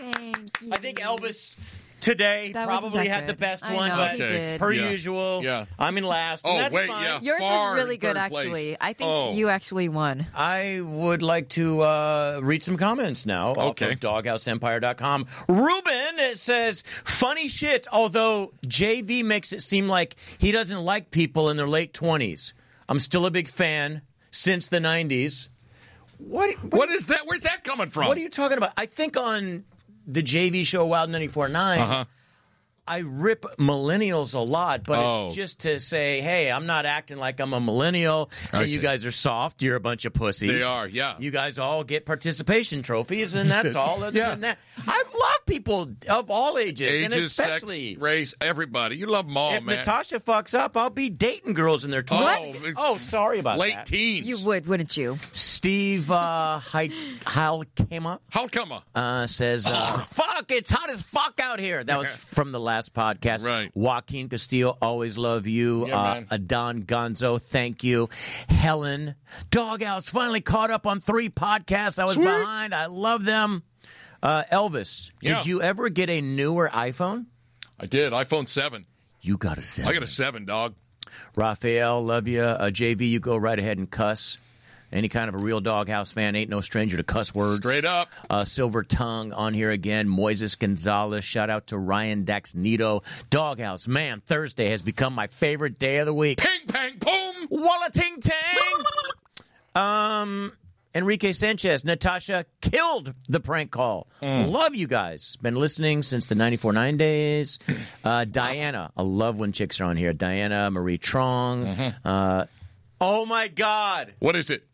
Speaker 2: yeah.
Speaker 3: Thank you.
Speaker 1: I think Elvis today
Speaker 3: That wasn't
Speaker 1: probably
Speaker 3: that
Speaker 1: had the
Speaker 3: good.
Speaker 1: best
Speaker 3: I
Speaker 1: one,
Speaker 3: know,
Speaker 1: but
Speaker 3: he did.
Speaker 1: per
Speaker 2: Yeah.
Speaker 1: usual,
Speaker 2: Yeah.
Speaker 1: I'm in last.
Speaker 2: Oh
Speaker 1: and that's
Speaker 2: wait,
Speaker 1: fine.
Speaker 2: yeah.
Speaker 3: Yours
Speaker 2: far
Speaker 3: is really
Speaker 2: in
Speaker 3: good,
Speaker 2: third
Speaker 3: actually.
Speaker 2: place.
Speaker 3: I think
Speaker 2: Oh.
Speaker 3: you actually won.
Speaker 1: I would like to uh, read some comments now.
Speaker 2: Okay.
Speaker 1: Off of doghouseempire.com. Ruben it says, funny shit, although JV makes it seem like he doesn't like people in their late 20s. I'm still a big fan since the 90s. What, what,
Speaker 2: What is that? Where's that coming from? Uh-huh.
Speaker 1: what are you talking about? I think on the JV show Wild 94.9, I rip millennials a lot, but
Speaker 2: Oh.
Speaker 1: it's just to say, hey, I'm not acting like I'm a millennial.
Speaker 2: I
Speaker 1: And you
Speaker 2: see.
Speaker 1: guys are soft. You're a bunch of pussies.
Speaker 2: They are, yeah.
Speaker 1: You guys all get participation trophies, and that's all. Other
Speaker 2: Yeah.
Speaker 1: than that, I love people of all ages, and
Speaker 2: Ages, sex,
Speaker 1: especially
Speaker 2: race, everybody. You love them all,
Speaker 1: if
Speaker 2: man.
Speaker 1: Natasha fucks up, I'll be dating girls in their
Speaker 2: Oh,
Speaker 1: twenties.
Speaker 2: it-
Speaker 1: Oh, sorry about
Speaker 2: Late
Speaker 1: that.
Speaker 2: teens.
Speaker 3: You would, wouldn't you?
Speaker 1: Steve uh, Hi- Halkema
Speaker 2: How come? a-
Speaker 1: uh, says,
Speaker 2: Oh.
Speaker 1: uh, "Fuck, it's hot as fuck out here." That was from the last podcast.
Speaker 2: Right.
Speaker 1: Joaquin Castillo, always love you.
Speaker 2: Yeah,
Speaker 1: uh,
Speaker 2: man.
Speaker 1: Adon Gonzo, thank you. Helen Doghouse finally caught up on three podcasts. I was behind. I love them. Uh, Elvis,
Speaker 2: Yeah.
Speaker 1: did you ever get a newer iPhone?
Speaker 2: I did. iPhone 7.
Speaker 1: You got a seven.
Speaker 2: I got a 7, dog.
Speaker 1: Raphael, love you. Uh, JV, you go right ahead and cuss. Any kind of a real doghouse fan ain't no stranger to cuss words.
Speaker 2: Straight up.
Speaker 1: Uh, Silver Tongue on here again. Moises Gonzalez. Shout out to Ryan Dax Nito. Doghouse, man, Thursday has become my favorite day of the week.
Speaker 2: Ping, pang, boom.
Speaker 1: Walla ting tang! um, Enrique Sanchez, Natasha killed the prank call. Love you guys. Been listening since the 94.9 days. Uh, Diana, I love when chicks are on here. Diana Marie Trong. Uh, oh my God.
Speaker 2: What is it?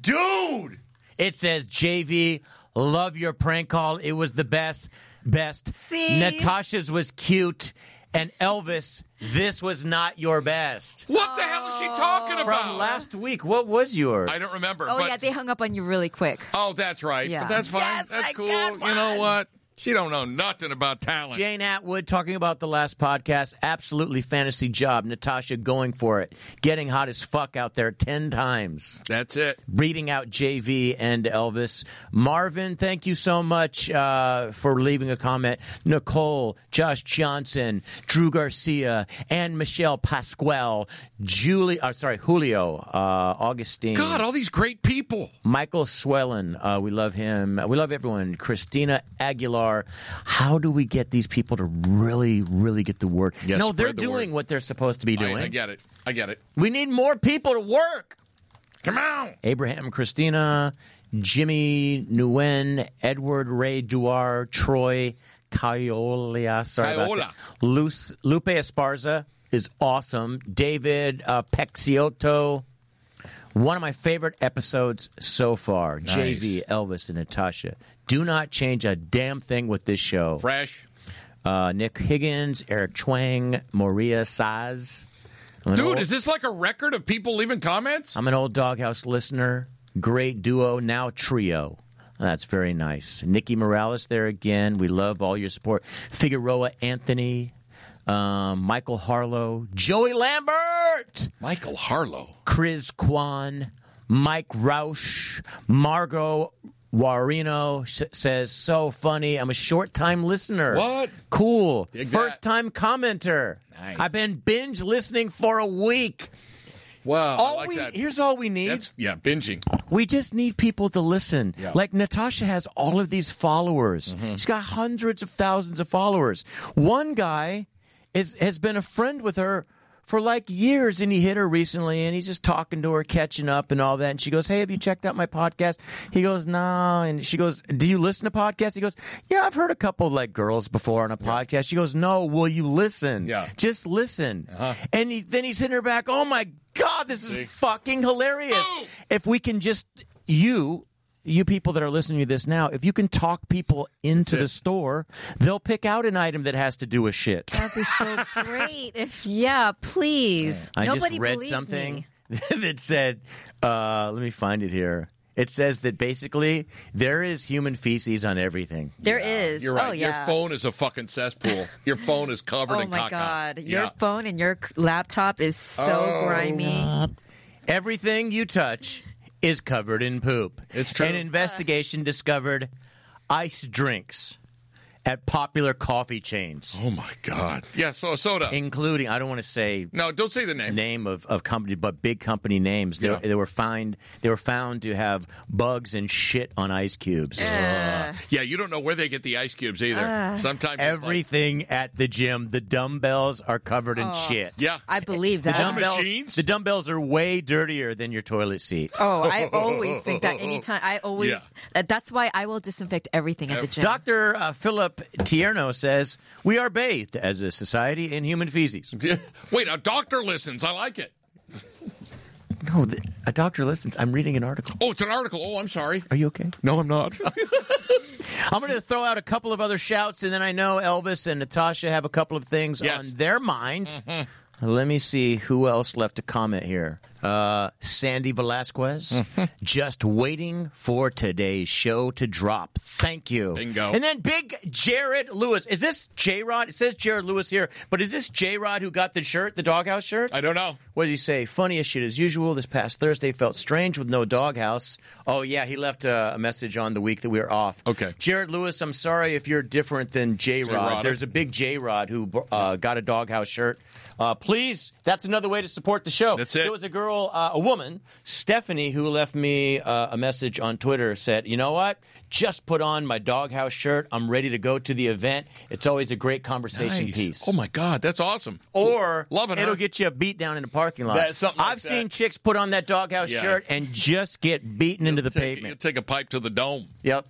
Speaker 1: Dude! It says, JV, love your prank call. It was the best. Best.
Speaker 3: See?
Speaker 1: Natasha's was cute. And Elvis, this was not your best.
Speaker 2: What the hell is she talking about?
Speaker 1: From last week, what was yours?
Speaker 2: I don't remember.
Speaker 3: Oh
Speaker 2: but,
Speaker 3: yeah, they hung up on you really quick.
Speaker 2: oh, that's right.
Speaker 3: Yeah.
Speaker 2: But that's fine.
Speaker 1: Yes,
Speaker 2: that's
Speaker 1: I
Speaker 2: cool.
Speaker 1: got
Speaker 2: You know
Speaker 1: one.
Speaker 2: what? She don't know nothing about talent.
Speaker 1: Jane Atwood talking about the last podcast. Absolutely fantasy job. Natasha going for it. Getting hot as fuck out there 10 times.
Speaker 2: That's it.
Speaker 1: Reading out JV and Elvis. Marvin, thank you so much uh, for leaving a comment. Nicole, Josh Johnson, Drew Garcia, and Michelle Pasquale, Julie, uh, sorry, Julio, uh, Augustine.
Speaker 2: God, all these great people.
Speaker 1: Michael Swellen, uh, we love him. We love everyone. Christina Aguilar. How do we get these people to really, really get the word?
Speaker 2: Yes,
Speaker 1: no, they're
Speaker 2: spread the
Speaker 1: doing
Speaker 2: word.
Speaker 1: what they're supposed to be
Speaker 2: I,
Speaker 1: doing.
Speaker 2: I get it. I get it.
Speaker 1: We need more people to work.
Speaker 2: Come on.
Speaker 1: Abraham Christina, Jimmy Nguyen, Edward Ray Duar, Troy Cayolia, sorry about
Speaker 2: Cayola.
Speaker 1: that. Luce, Lupe Esparza is awesome. David uh, Pexiotto, one of my favorite episodes so far. JV, Elvis, and Natasha. Do not change a damn thing with this show.
Speaker 2: Fresh.
Speaker 1: Uh, Nick Higgins, Eric Twang, Maria Saz. I'm an
Speaker 2: Dude,
Speaker 1: old-
Speaker 2: is this like a record of people leaving comments?
Speaker 1: I'm an old doghouse listener. Great duo, now trio. That's very nice. Nikki Morales there again. We love all your support. Figueroa Anthony, um, Michael Harlow, Joey Lambert,
Speaker 2: Michael Harlow.
Speaker 1: Chris Kwan, Mike Rausch, Margot Warino s- says, so funny. I'm a short time listener.
Speaker 2: What?
Speaker 1: Cool.
Speaker 2: Dig that.
Speaker 1: First time commenter.
Speaker 2: Nice.
Speaker 1: I've been binge listening for a week.
Speaker 2: Wow. I
Speaker 1: All
Speaker 2: like
Speaker 1: we,
Speaker 2: that.
Speaker 1: Here's all we need.
Speaker 2: That's, yeah, binging.
Speaker 1: We just need people to listen.
Speaker 2: Yeah. Mm-hmm.
Speaker 1: Like Natasha has all of these followers. She's got hundreds of thousands of followers. One guy is has been a friend with her for like years and he hit her recently and he's just talking to her, catching up and all that. And she goes, Hey, have you checked out my podcast? He goes, No. And she goes, Do you listen to podcasts? He goes, Yeah, I've heard a couple like girls before on a podcast. She goes, No, will you listen?
Speaker 2: Yeah.
Speaker 1: Just listen. And he, then he's hitting her back, Oh my God, this is fucking hilarious
Speaker 2: Boom.
Speaker 1: if we can just you you people that are listening to this now if you can talk people into the store they'll pick out an item that has to do with shit
Speaker 3: That'd be so great if *laughs* yeah, please.
Speaker 1: i
Speaker 3: Nobody
Speaker 1: just read
Speaker 3: believes
Speaker 1: something
Speaker 3: me.
Speaker 1: *laughs* that said uh, let me find it here it says that basically there is human feces on everything
Speaker 3: There is.
Speaker 2: You're right.
Speaker 3: Oh yeah.
Speaker 2: Your phone is a fucking cesspool. Your phone is covered
Speaker 3: Oh
Speaker 2: in
Speaker 3: my
Speaker 2: caca.
Speaker 3: god,
Speaker 2: Yeah. Oh,
Speaker 3: your phone and your c- laptop is so grimy.
Speaker 1: everything you touch is covered in poop
Speaker 2: It's true.
Speaker 1: an investigation discovered ice drinks at popular coffee chains
Speaker 2: Oh my god. Yeah, so a soda.
Speaker 1: including i don't want to say
Speaker 2: no, don't say the name.
Speaker 1: name of, of company, but big company names. They,
Speaker 2: Yeah.
Speaker 1: they were found they were found to have bugs and shit on ice cubes.
Speaker 2: Yeah, you don't know where they get the ice cubes either. Sometimes it's like,
Speaker 1: Everything at the gym, the dumbbells are covered in shit.
Speaker 2: yeah.
Speaker 3: I believe
Speaker 1: The
Speaker 3: that.
Speaker 1: dumbbells,
Speaker 2: machines?
Speaker 1: the dumbbells are way dirtier than your toilet seat.
Speaker 3: Oh, I
Speaker 2: *laughs*
Speaker 3: always think that anytime I always
Speaker 2: Yeah.
Speaker 3: uh, that's why I will disinfect everything at the gym.
Speaker 1: Dr. Uh, Philip Philip Tierno says, We are bathed as a society in human feces.
Speaker 2: *laughs* Wait, a doctor listens. I like it.
Speaker 1: No, th- a doctor listens. I'm reading an article.
Speaker 2: Oh, it's an article. Oh, I'm sorry.
Speaker 1: Are you okay?
Speaker 2: No, I'm not.
Speaker 1: I'm going to throw out a couple of other shouts, and then I know Elvis and Natasha have a couple of things
Speaker 2: Yes. Mm-hmm.
Speaker 1: on their mind. Let me see who else left a comment here. Uh, Sandy Velasquez,
Speaker 2: Mm-hmm.
Speaker 1: just waiting for today's show to drop. Thank you.
Speaker 2: Bingo.
Speaker 1: And then Big Jared Lewis. Is this J Rod? It says Jared Lewis here, but is this J Rod who got the shirt, the doghouse shirt?
Speaker 2: I don't know.
Speaker 1: What did he say? Funniest shit as usual. This past Thursday felt strange with no doghouse. Oh yeah, he left a, a message on the week that we were off.
Speaker 2: Okay.
Speaker 1: Jared Lewis, I'm sorry if you're different than J
Speaker 2: J-Rod.
Speaker 1: Rod. There's a big J Rod who uh, got a doghouse shirt. Uh, please, that's another way to support the show.
Speaker 2: That's it.
Speaker 1: There was a girl, uh, a woman, Stephanie, who left me uh, a message on Twitter. Said, you know what? Just put on my doghouse shirt. I'm ready to go to the event. It's always a great conversation
Speaker 2: Nice.
Speaker 1: piece
Speaker 2: Oh my God, that's awesome.
Speaker 1: or
Speaker 2: Loving her.
Speaker 1: it'll get you a beat down in the parking lot.
Speaker 2: That's something like
Speaker 1: I've seen
Speaker 2: that.
Speaker 1: chicks put on that doghouse
Speaker 2: Yeah.
Speaker 1: shirt and just get beaten into the
Speaker 2: take,
Speaker 1: pavement.
Speaker 2: Take a pipe to the dome.
Speaker 1: Yep.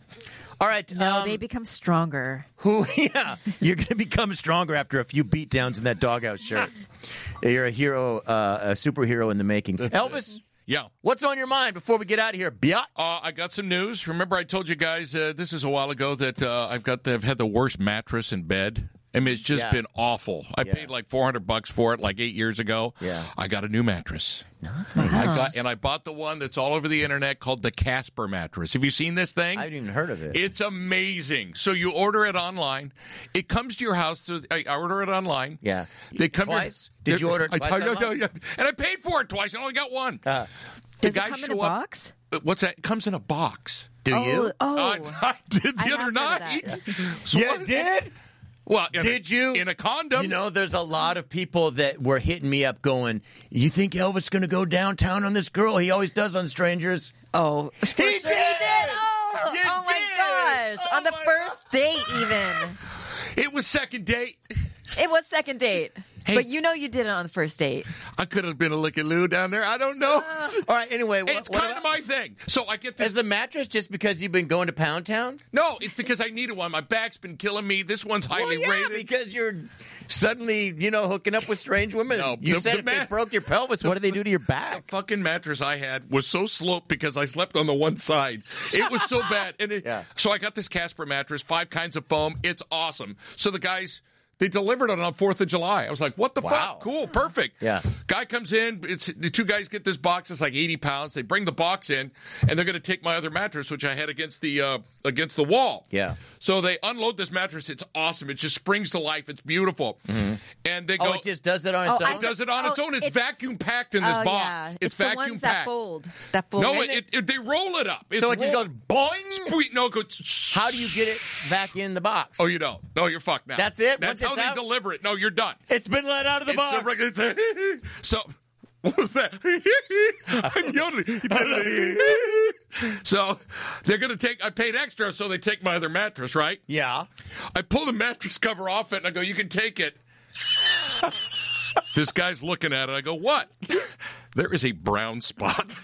Speaker 1: All right.
Speaker 3: No,
Speaker 1: um,
Speaker 3: they become stronger.
Speaker 1: who? *laughs* Yeah, you're going to become stronger after a few beat downs in that doghouse
Speaker 3: *laughs*
Speaker 1: shirt. you're a hero, uh, a superhero in the making. Elvis,
Speaker 2: Yeah.
Speaker 1: what's on your mind before we get out of here? Biot.
Speaker 2: Uh, I got some news. Remember, I told you guys uh, this is a while ago that uh, I've got I've had the worst mattress in bed. I mean, it's just
Speaker 1: Yeah.
Speaker 2: been awful. I paid like four hundred bucks for it like eight years ago.
Speaker 1: Yeah.
Speaker 2: I got a new mattress. I got and I bought the one that's all over the internet called the Casper mattress. Have you seen this thing?
Speaker 1: I haven't even heard of it.
Speaker 2: It's amazing. So you order it online. It comes to your house. through- I I order it online.
Speaker 1: Yeah.
Speaker 2: They come to-
Speaker 1: Twice? Did you order it
Speaker 2: I-
Speaker 1: twice
Speaker 2: I-
Speaker 1: online?
Speaker 2: and I paid for it twice. I only got one.
Speaker 1: Uh,
Speaker 2: the
Speaker 3: Does it
Speaker 2: guy
Speaker 3: come in
Speaker 2: show
Speaker 3: a
Speaker 2: up.
Speaker 3: box?
Speaker 2: Uh, What's that? It comes in a box. *laughs*
Speaker 1: Do
Speaker 3: oh,
Speaker 1: you?
Speaker 3: Oh,
Speaker 2: I, I did the
Speaker 3: I
Speaker 2: other
Speaker 3: have heard of
Speaker 2: night.
Speaker 3: that.
Speaker 2: *laughs* So
Speaker 1: Yeah,
Speaker 2: what-
Speaker 1: did.
Speaker 2: Well, in a-
Speaker 1: Did you?
Speaker 2: in a condom?
Speaker 1: You know, there's a lot of people that were hitting me up going, You think Elvis going to go downtown on this girl? He always does on strangers.
Speaker 3: Oh, he
Speaker 1: did!
Speaker 3: Oh,
Speaker 1: You
Speaker 3: oh my
Speaker 1: did!
Speaker 3: gosh!
Speaker 1: Oh
Speaker 3: On the
Speaker 1: my
Speaker 3: first date, even
Speaker 2: it was second date.
Speaker 3: it was second date.
Speaker 2: Hey.
Speaker 3: But you know you did it on the first date.
Speaker 2: I could have been a licky loo down there. I don't know.
Speaker 3: Uh,
Speaker 1: All right, anyway, what,
Speaker 2: it's kind of my thing. So I get this.
Speaker 1: Is the mattress just because you've been going to Pound Town?
Speaker 2: no, it's because I needed one. My back's been killing me. This one's highly
Speaker 1: well, yeah,
Speaker 2: rated.
Speaker 1: because you're suddenly, you know, hooking up with strange women.
Speaker 2: No,
Speaker 1: you
Speaker 2: the-
Speaker 1: said
Speaker 2: the
Speaker 1: if they
Speaker 2: mat-
Speaker 1: broke your pelvis, what do they do to your
Speaker 2: *laughs*
Speaker 1: back?
Speaker 2: fucking mattress I had was so sloped because I slept on the one side. It was so bad. And it,
Speaker 1: Yeah.
Speaker 2: so I got this Casper mattress, five kinds of foam. It's awesome. So the guys they delivered it on 4th of July. I was like, what the
Speaker 1: Wow.
Speaker 2: fuck? Cool, perfect.
Speaker 1: Yeah.
Speaker 2: Guy comes in, it's the two guys get this box, it's like 80 pounds. They bring the box in and they're gonna take my other mattress, which I had against the uh against the wall.
Speaker 1: Yeah.
Speaker 2: So they unload this mattress, it's awesome. It just springs to life, it's beautiful. And they go
Speaker 1: Oh, it just does that on its
Speaker 3: Oh,
Speaker 1: own?
Speaker 3: I don't-
Speaker 2: does it on
Speaker 3: Oh,
Speaker 2: its own. It's,
Speaker 3: it's-
Speaker 2: vacuum packed in this
Speaker 3: oh
Speaker 2: box.
Speaker 3: yeah,
Speaker 2: It's,
Speaker 3: the
Speaker 2: vacuum
Speaker 3: ones that
Speaker 2: packed.
Speaker 3: fold. That fold.
Speaker 2: No,
Speaker 3: And
Speaker 2: it, it, it- they roll it up. It's
Speaker 1: so it just
Speaker 2: roll-
Speaker 1: goes boing.
Speaker 2: Sque- No, it goes.
Speaker 1: How do you get it back in the box?
Speaker 2: Oh, you don't. No, you're fucked now.
Speaker 1: That's it? Once
Speaker 2: That's
Speaker 1: it's
Speaker 2: how they
Speaker 1: out?
Speaker 2: deliver it. No, you're done.
Speaker 1: it's been let out of the
Speaker 2: It's
Speaker 1: box.
Speaker 2: a regular- it's a- *laughs* so what was that? *laughs* I'm yodeling. *laughs* so they're gonna take. I paid extra, so they take my other mattress, right?
Speaker 1: yeah.
Speaker 2: I pull the mattress cover off it and I go, You can take it. this guy's looking at it. I go, What? There is a brown spot.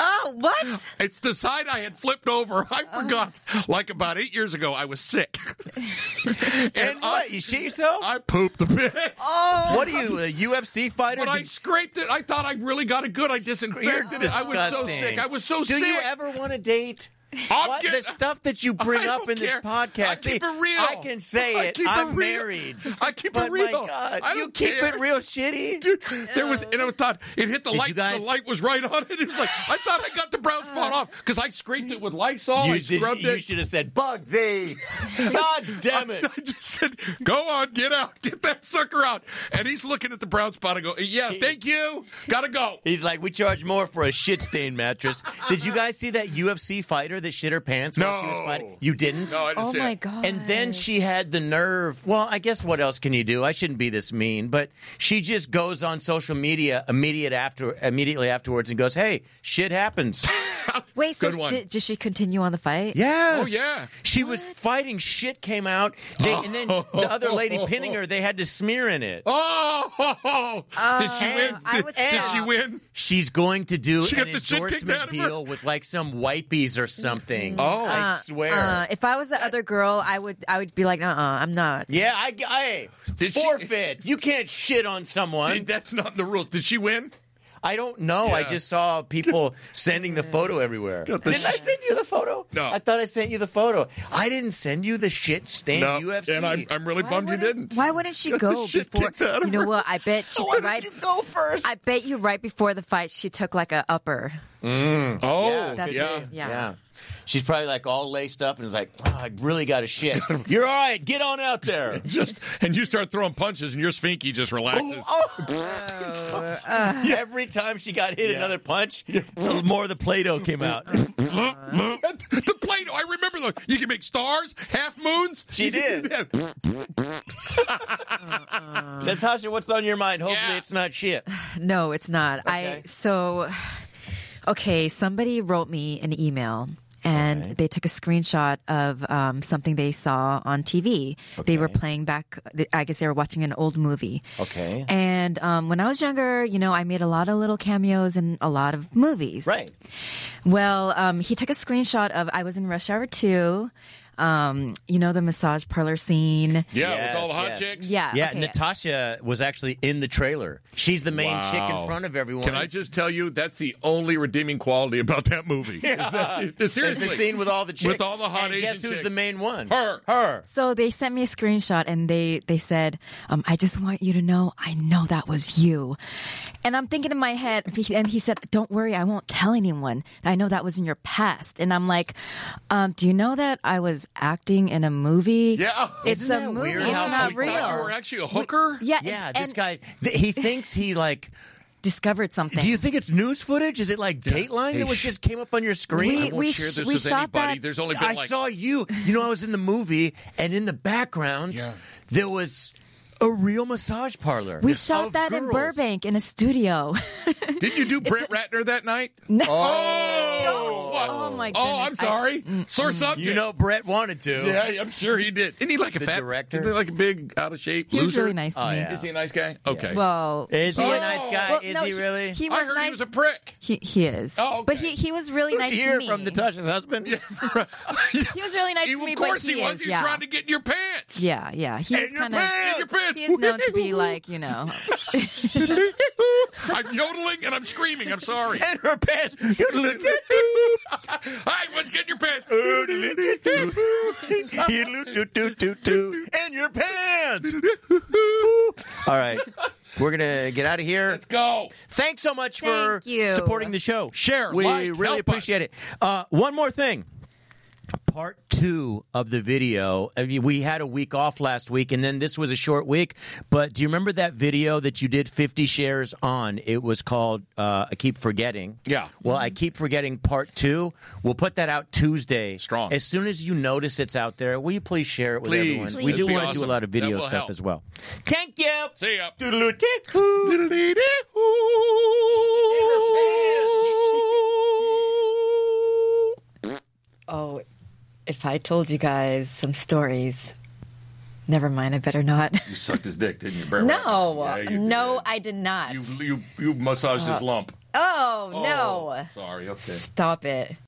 Speaker 3: Oh,
Speaker 2: *gasps*
Speaker 3: what?
Speaker 2: It's the side I had flipped over. I
Speaker 1: Uh-huh.
Speaker 2: forgot. Like about eight years ago, I was sick. and
Speaker 1: *laughs* And what?
Speaker 2: I,
Speaker 1: You Oh. shit yourself?
Speaker 2: I pooped the bed.
Speaker 3: Oh.
Speaker 1: what are you, a UFC fighter?
Speaker 2: But I
Speaker 1: Did-
Speaker 2: scraped it. I thought I really got it good. I
Speaker 1: You're
Speaker 2: disinfected it. I was so
Speaker 1: disgusting.
Speaker 2: sick. I was so
Speaker 1: Do
Speaker 2: sick.
Speaker 1: you ever want to date?
Speaker 2: I'm
Speaker 1: What,
Speaker 2: getting-
Speaker 1: the stuff that you bring
Speaker 2: *laughs* I
Speaker 1: up
Speaker 2: don't
Speaker 1: in this
Speaker 2: care.
Speaker 1: podcast.
Speaker 2: I keep
Speaker 1: See,
Speaker 2: it real.
Speaker 1: I can say
Speaker 2: I
Speaker 1: it.
Speaker 2: keep it
Speaker 1: I'm
Speaker 2: real.
Speaker 1: married.
Speaker 2: I keep it
Speaker 1: but My
Speaker 2: real.
Speaker 1: God,
Speaker 2: I
Speaker 1: you
Speaker 2: don't
Speaker 1: keep
Speaker 2: care.
Speaker 1: it real shitty.
Speaker 2: Dude, there was, and I thought it hit the
Speaker 1: Did you
Speaker 2: light.
Speaker 1: guys- Uh.
Speaker 2: The light was right on it. It was like I thought I got the brown spot off because I scraped it with Lysol. oh, I
Speaker 1: you, did-
Speaker 2: scrubbed
Speaker 1: you
Speaker 2: it.
Speaker 1: should have said
Speaker 2: *laughs*
Speaker 1: Bugsy. God damn it.
Speaker 2: I just said, "Go on, get out, get that sucker out." And he's looking at the brown spot. I go, "Yeah, thank you. Gotta go."
Speaker 1: He's like, we charge more for a shit stained mattress. Did you guys see that UFC fighter that shit her pants while she was
Speaker 2: No.
Speaker 1: fighting? You didn't?
Speaker 2: No, I didn't
Speaker 3: Oh
Speaker 2: see
Speaker 3: my
Speaker 2: it.
Speaker 3: god.
Speaker 1: And then she had the nerve. Well, I guess what else can you do? I shouldn't be this mean, but she just
Speaker 2: *laughs*
Speaker 1: goes on social media immediate after immediately afterwards and goes, "Hey, shit happens."
Speaker 3: Wait, so
Speaker 2: Good one.
Speaker 3: did, did she continue on the fight?
Speaker 1: Yes.
Speaker 2: Oh, yeah.
Speaker 1: She was fighting. Shit came out. They, and then the other
Speaker 2: *laughs*
Speaker 1: lady pinning her. They had to smear in it.
Speaker 2: Oh, *laughs* did she win?
Speaker 3: Oh, I
Speaker 2: Did,
Speaker 3: would
Speaker 2: did
Speaker 3: stop.
Speaker 2: she win?
Speaker 1: She's going to do
Speaker 2: She
Speaker 1: an
Speaker 2: got the shit kicked
Speaker 1: endorsement
Speaker 2: out of her.
Speaker 1: deal with like some wipies or something.
Speaker 2: Oh.
Speaker 1: I
Speaker 3: Uh,
Speaker 1: swear.
Speaker 3: uh, if I was the other girl, I would I would be like, uh, uh I'm not.
Speaker 1: yeah, I, I
Speaker 2: Did she-
Speaker 1: forfeit. you can't shit on someone.
Speaker 2: Did, that's not in the rules. Did she win?
Speaker 1: I don't know. I
Speaker 2: Yeah.
Speaker 1: just saw people sending the photo everywhere.
Speaker 2: Got
Speaker 1: Didn't
Speaker 2: the
Speaker 1: I
Speaker 2: shit.
Speaker 1: send you the photo?
Speaker 2: No.
Speaker 1: I thought I sent you the photo. I didn't send you the shit stain
Speaker 2: No.
Speaker 1: UFC.
Speaker 2: And I'm, I'm really
Speaker 3: Why
Speaker 2: bummed you
Speaker 3: wouldn't-
Speaker 2: didn't.
Speaker 3: Why wouldn't she
Speaker 2: Got the
Speaker 3: go
Speaker 2: shit
Speaker 3: before?
Speaker 2: kicked out of
Speaker 3: You know
Speaker 2: her.
Speaker 3: what? I
Speaker 2: *laughs*
Speaker 3: bet she
Speaker 1: Why did
Speaker 3: right.
Speaker 1: you go first?
Speaker 3: I bet you right before the fight she took like a upper.
Speaker 2: Oh, yeah.
Speaker 3: That's it.
Speaker 1: Yeah.
Speaker 3: Yeah.
Speaker 1: She's probably like all laced up and is like, oh, I really got a
Speaker 2: *laughs*
Speaker 1: shit. You're all right. Get on out there.
Speaker 2: *laughs* Just and you start throwing punches, and your sphinky just relaxes.
Speaker 1: oh.
Speaker 2: *laughs*
Speaker 3: *laughs* Oh,
Speaker 1: *laughs*
Speaker 3: uh.
Speaker 1: Every time she got hit another punch, more of the Play Doh came
Speaker 2: *laughs*
Speaker 1: out.
Speaker 2: the Play-Doh. I remember those. You can make stars, half moons. *laughs*
Speaker 1: She did.
Speaker 2: Yeah.
Speaker 1: Natasha, what's on your mind? Hopefully
Speaker 2: Yeah.
Speaker 1: it's not
Speaker 3: *sighs*
Speaker 1: shit.
Speaker 3: No, it's not.
Speaker 1: Okay.
Speaker 3: I so okay. Somebody wrote me an email. And they took a screenshot of um, something they saw on TV. They were playing back, I guess they were watching an old movie.
Speaker 1: Okay.
Speaker 3: And um, when I was younger, you know, I made a lot of little cameos in a lot of movies.
Speaker 1: Right.
Speaker 3: Well, um, he took a screenshot of I was in Rush Hour 2, um, you know, the massage parlor scene.
Speaker 2: with all the hot
Speaker 1: Yes, yes.
Speaker 2: chicks.
Speaker 3: Yeah.
Speaker 1: Yeah,
Speaker 3: okay.
Speaker 1: Natasha was actually in the trailer. She's the main chick in
Speaker 2: Wow.
Speaker 1: front of everyone.
Speaker 2: Can I just tell you that's the only redeeming quality about that movie? Is that-
Speaker 1: There's the
Speaker 2: seriously,
Speaker 1: scene with all the chicks.
Speaker 2: With all the hot
Speaker 1: and
Speaker 2: Asian
Speaker 1: Guess who's
Speaker 2: chicks.
Speaker 1: the main one?
Speaker 2: Her.
Speaker 1: Her.
Speaker 3: So they sent me a screenshot and they, they said, um, I just want you to know, I know that was you. And I'm thinking in my head, and he said, Don't worry, I won't tell anyone. I know that was in your past. And I'm like, um, Do you know that I was acting in a movie?
Speaker 2: Yeah.
Speaker 3: It's
Speaker 1: Isn't
Speaker 3: a
Speaker 1: that
Speaker 3: movie.
Speaker 1: weird
Speaker 3: It's
Speaker 1: how
Speaker 3: not
Speaker 1: we
Speaker 2: I
Speaker 3: real.
Speaker 2: thought you were actually a hooker.
Speaker 3: yeah,
Speaker 1: Yeah,
Speaker 3: and,
Speaker 1: this
Speaker 3: and
Speaker 1: guy, th- he thinks he like.
Speaker 3: discovered something.
Speaker 1: Do you think it's news footage? Is it like Dateline
Speaker 2: Hey,
Speaker 1: that was
Speaker 2: sh-
Speaker 1: just came up on your screen?
Speaker 3: We-
Speaker 2: I won't
Speaker 3: we
Speaker 2: share
Speaker 3: sh-
Speaker 2: this
Speaker 3: we
Speaker 2: with
Speaker 3: shot
Speaker 2: anybody.
Speaker 3: that-
Speaker 2: There's only been
Speaker 1: I
Speaker 2: like
Speaker 1: saw you. You know, I was in the movie, and in the background,
Speaker 2: Yeah.
Speaker 1: there was a real massage parlor.
Speaker 3: We shot
Speaker 1: of
Speaker 3: that in
Speaker 1: Oh, girls.
Speaker 3: Burbank in
Speaker 1: *laughs*
Speaker 3: a studio.
Speaker 2: Didn't you do Brent Ratner that night?
Speaker 3: *laughs* No.
Speaker 2: Oh, what?
Speaker 3: Oh, my goodness.
Speaker 2: Oh, I'm
Speaker 3: I- mm,
Speaker 2: sorry. Source up.
Speaker 1: You know, Brett wanted to.
Speaker 2: Yeah, I'm sure he did. Isn't he like a
Speaker 1: The
Speaker 2: fat
Speaker 1: director?
Speaker 2: Isn't he like a big, out of shape
Speaker 3: He was
Speaker 2: loser?
Speaker 3: really nice to
Speaker 1: Oh,
Speaker 3: me.
Speaker 1: yeah.
Speaker 2: Is he a nice guy? Okay.
Speaker 3: Well,
Speaker 1: Is he
Speaker 2: Oh.
Speaker 1: a nice guy?
Speaker 3: well,
Speaker 1: is
Speaker 3: no,
Speaker 1: he really?
Speaker 3: He, was
Speaker 2: I heard
Speaker 3: nice.
Speaker 2: he was a prick. *laughs*
Speaker 3: he, he is.
Speaker 2: Oh,
Speaker 3: but
Speaker 2: okay.
Speaker 3: he, he was really nice
Speaker 1: Did you
Speaker 3: to
Speaker 1: hear
Speaker 3: me.
Speaker 1: from Natasha's husband?
Speaker 3: He was really nice
Speaker 2: He-
Speaker 3: to me.
Speaker 2: of course
Speaker 3: but he,
Speaker 2: was.
Speaker 3: Is,
Speaker 2: He
Speaker 3: yeah.
Speaker 2: was trying to get in your pants.
Speaker 3: yeah, yeah. He is
Speaker 2: your
Speaker 3: kind of.
Speaker 2: pants! In your pants!
Speaker 3: He is known to be like you
Speaker 2: *laughs*
Speaker 3: know.
Speaker 2: I'm yodeling and I'm screaming. I'm sorry.
Speaker 1: and *laughs* her pants. *laughs*
Speaker 3: *laughs*
Speaker 2: I was getting your pants.
Speaker 1: and your
Speaker 3: *laughs*
Speaker 1: pants. All right. We're going to get out of here.
Speaker 2: Let's go.
Speaker 1: Thanks so much for
Speaker 3: Thank you.
Speaker 1: supporting the show.
Speaker 2: Share,
Speaker 1: we
Speaker 2: like,
Speaker 1: really
Speaker 2: help us.
Speaker 1: appreciate it. Uh, one more thing. Part two of the video. I mean, we had a week off last week, and then this was a short week. But do you remember that video that you did 50 shares on? It was called uh, I Keep Forgetting.
Speaker 2: Yeah.
Speaker 1: Well, I Keep Forgetting Part Two. We'll put that out Tuesday.
Speaker 2: Strong.
Speaker 1: As soon as you notice it's out there, will you please share it with
Speaker 2: Please.
Speaker 1: everyone?
Speaker 2: Please.
Speaker 1: We do
Speaker 2: That'd be
Speaker 1: want to do a
Speaker 2: awesome.
Speaker 1: lot of
Speaker 2: That
Speaker 1: video
Speaker 2: will
Speaker 1: stuff
Speaker 2: help.
Speaker 1: as well.
Speaker 2: Thank you. See ya.
Speaker 3: oh, if I told you guys some stories, never mind. I better not.
Speaker 2: *laughs* You sucked his dick, didn't you?
Speaker 3: No,
Speaker 2: Yeah, you did.
Speaker 3: no, I did not.
Speaker 2: You you you massaged his lump.
Speaker 3: oh no!
Speaker 2: Sorry. Okay.
Speaker 3: Stop it.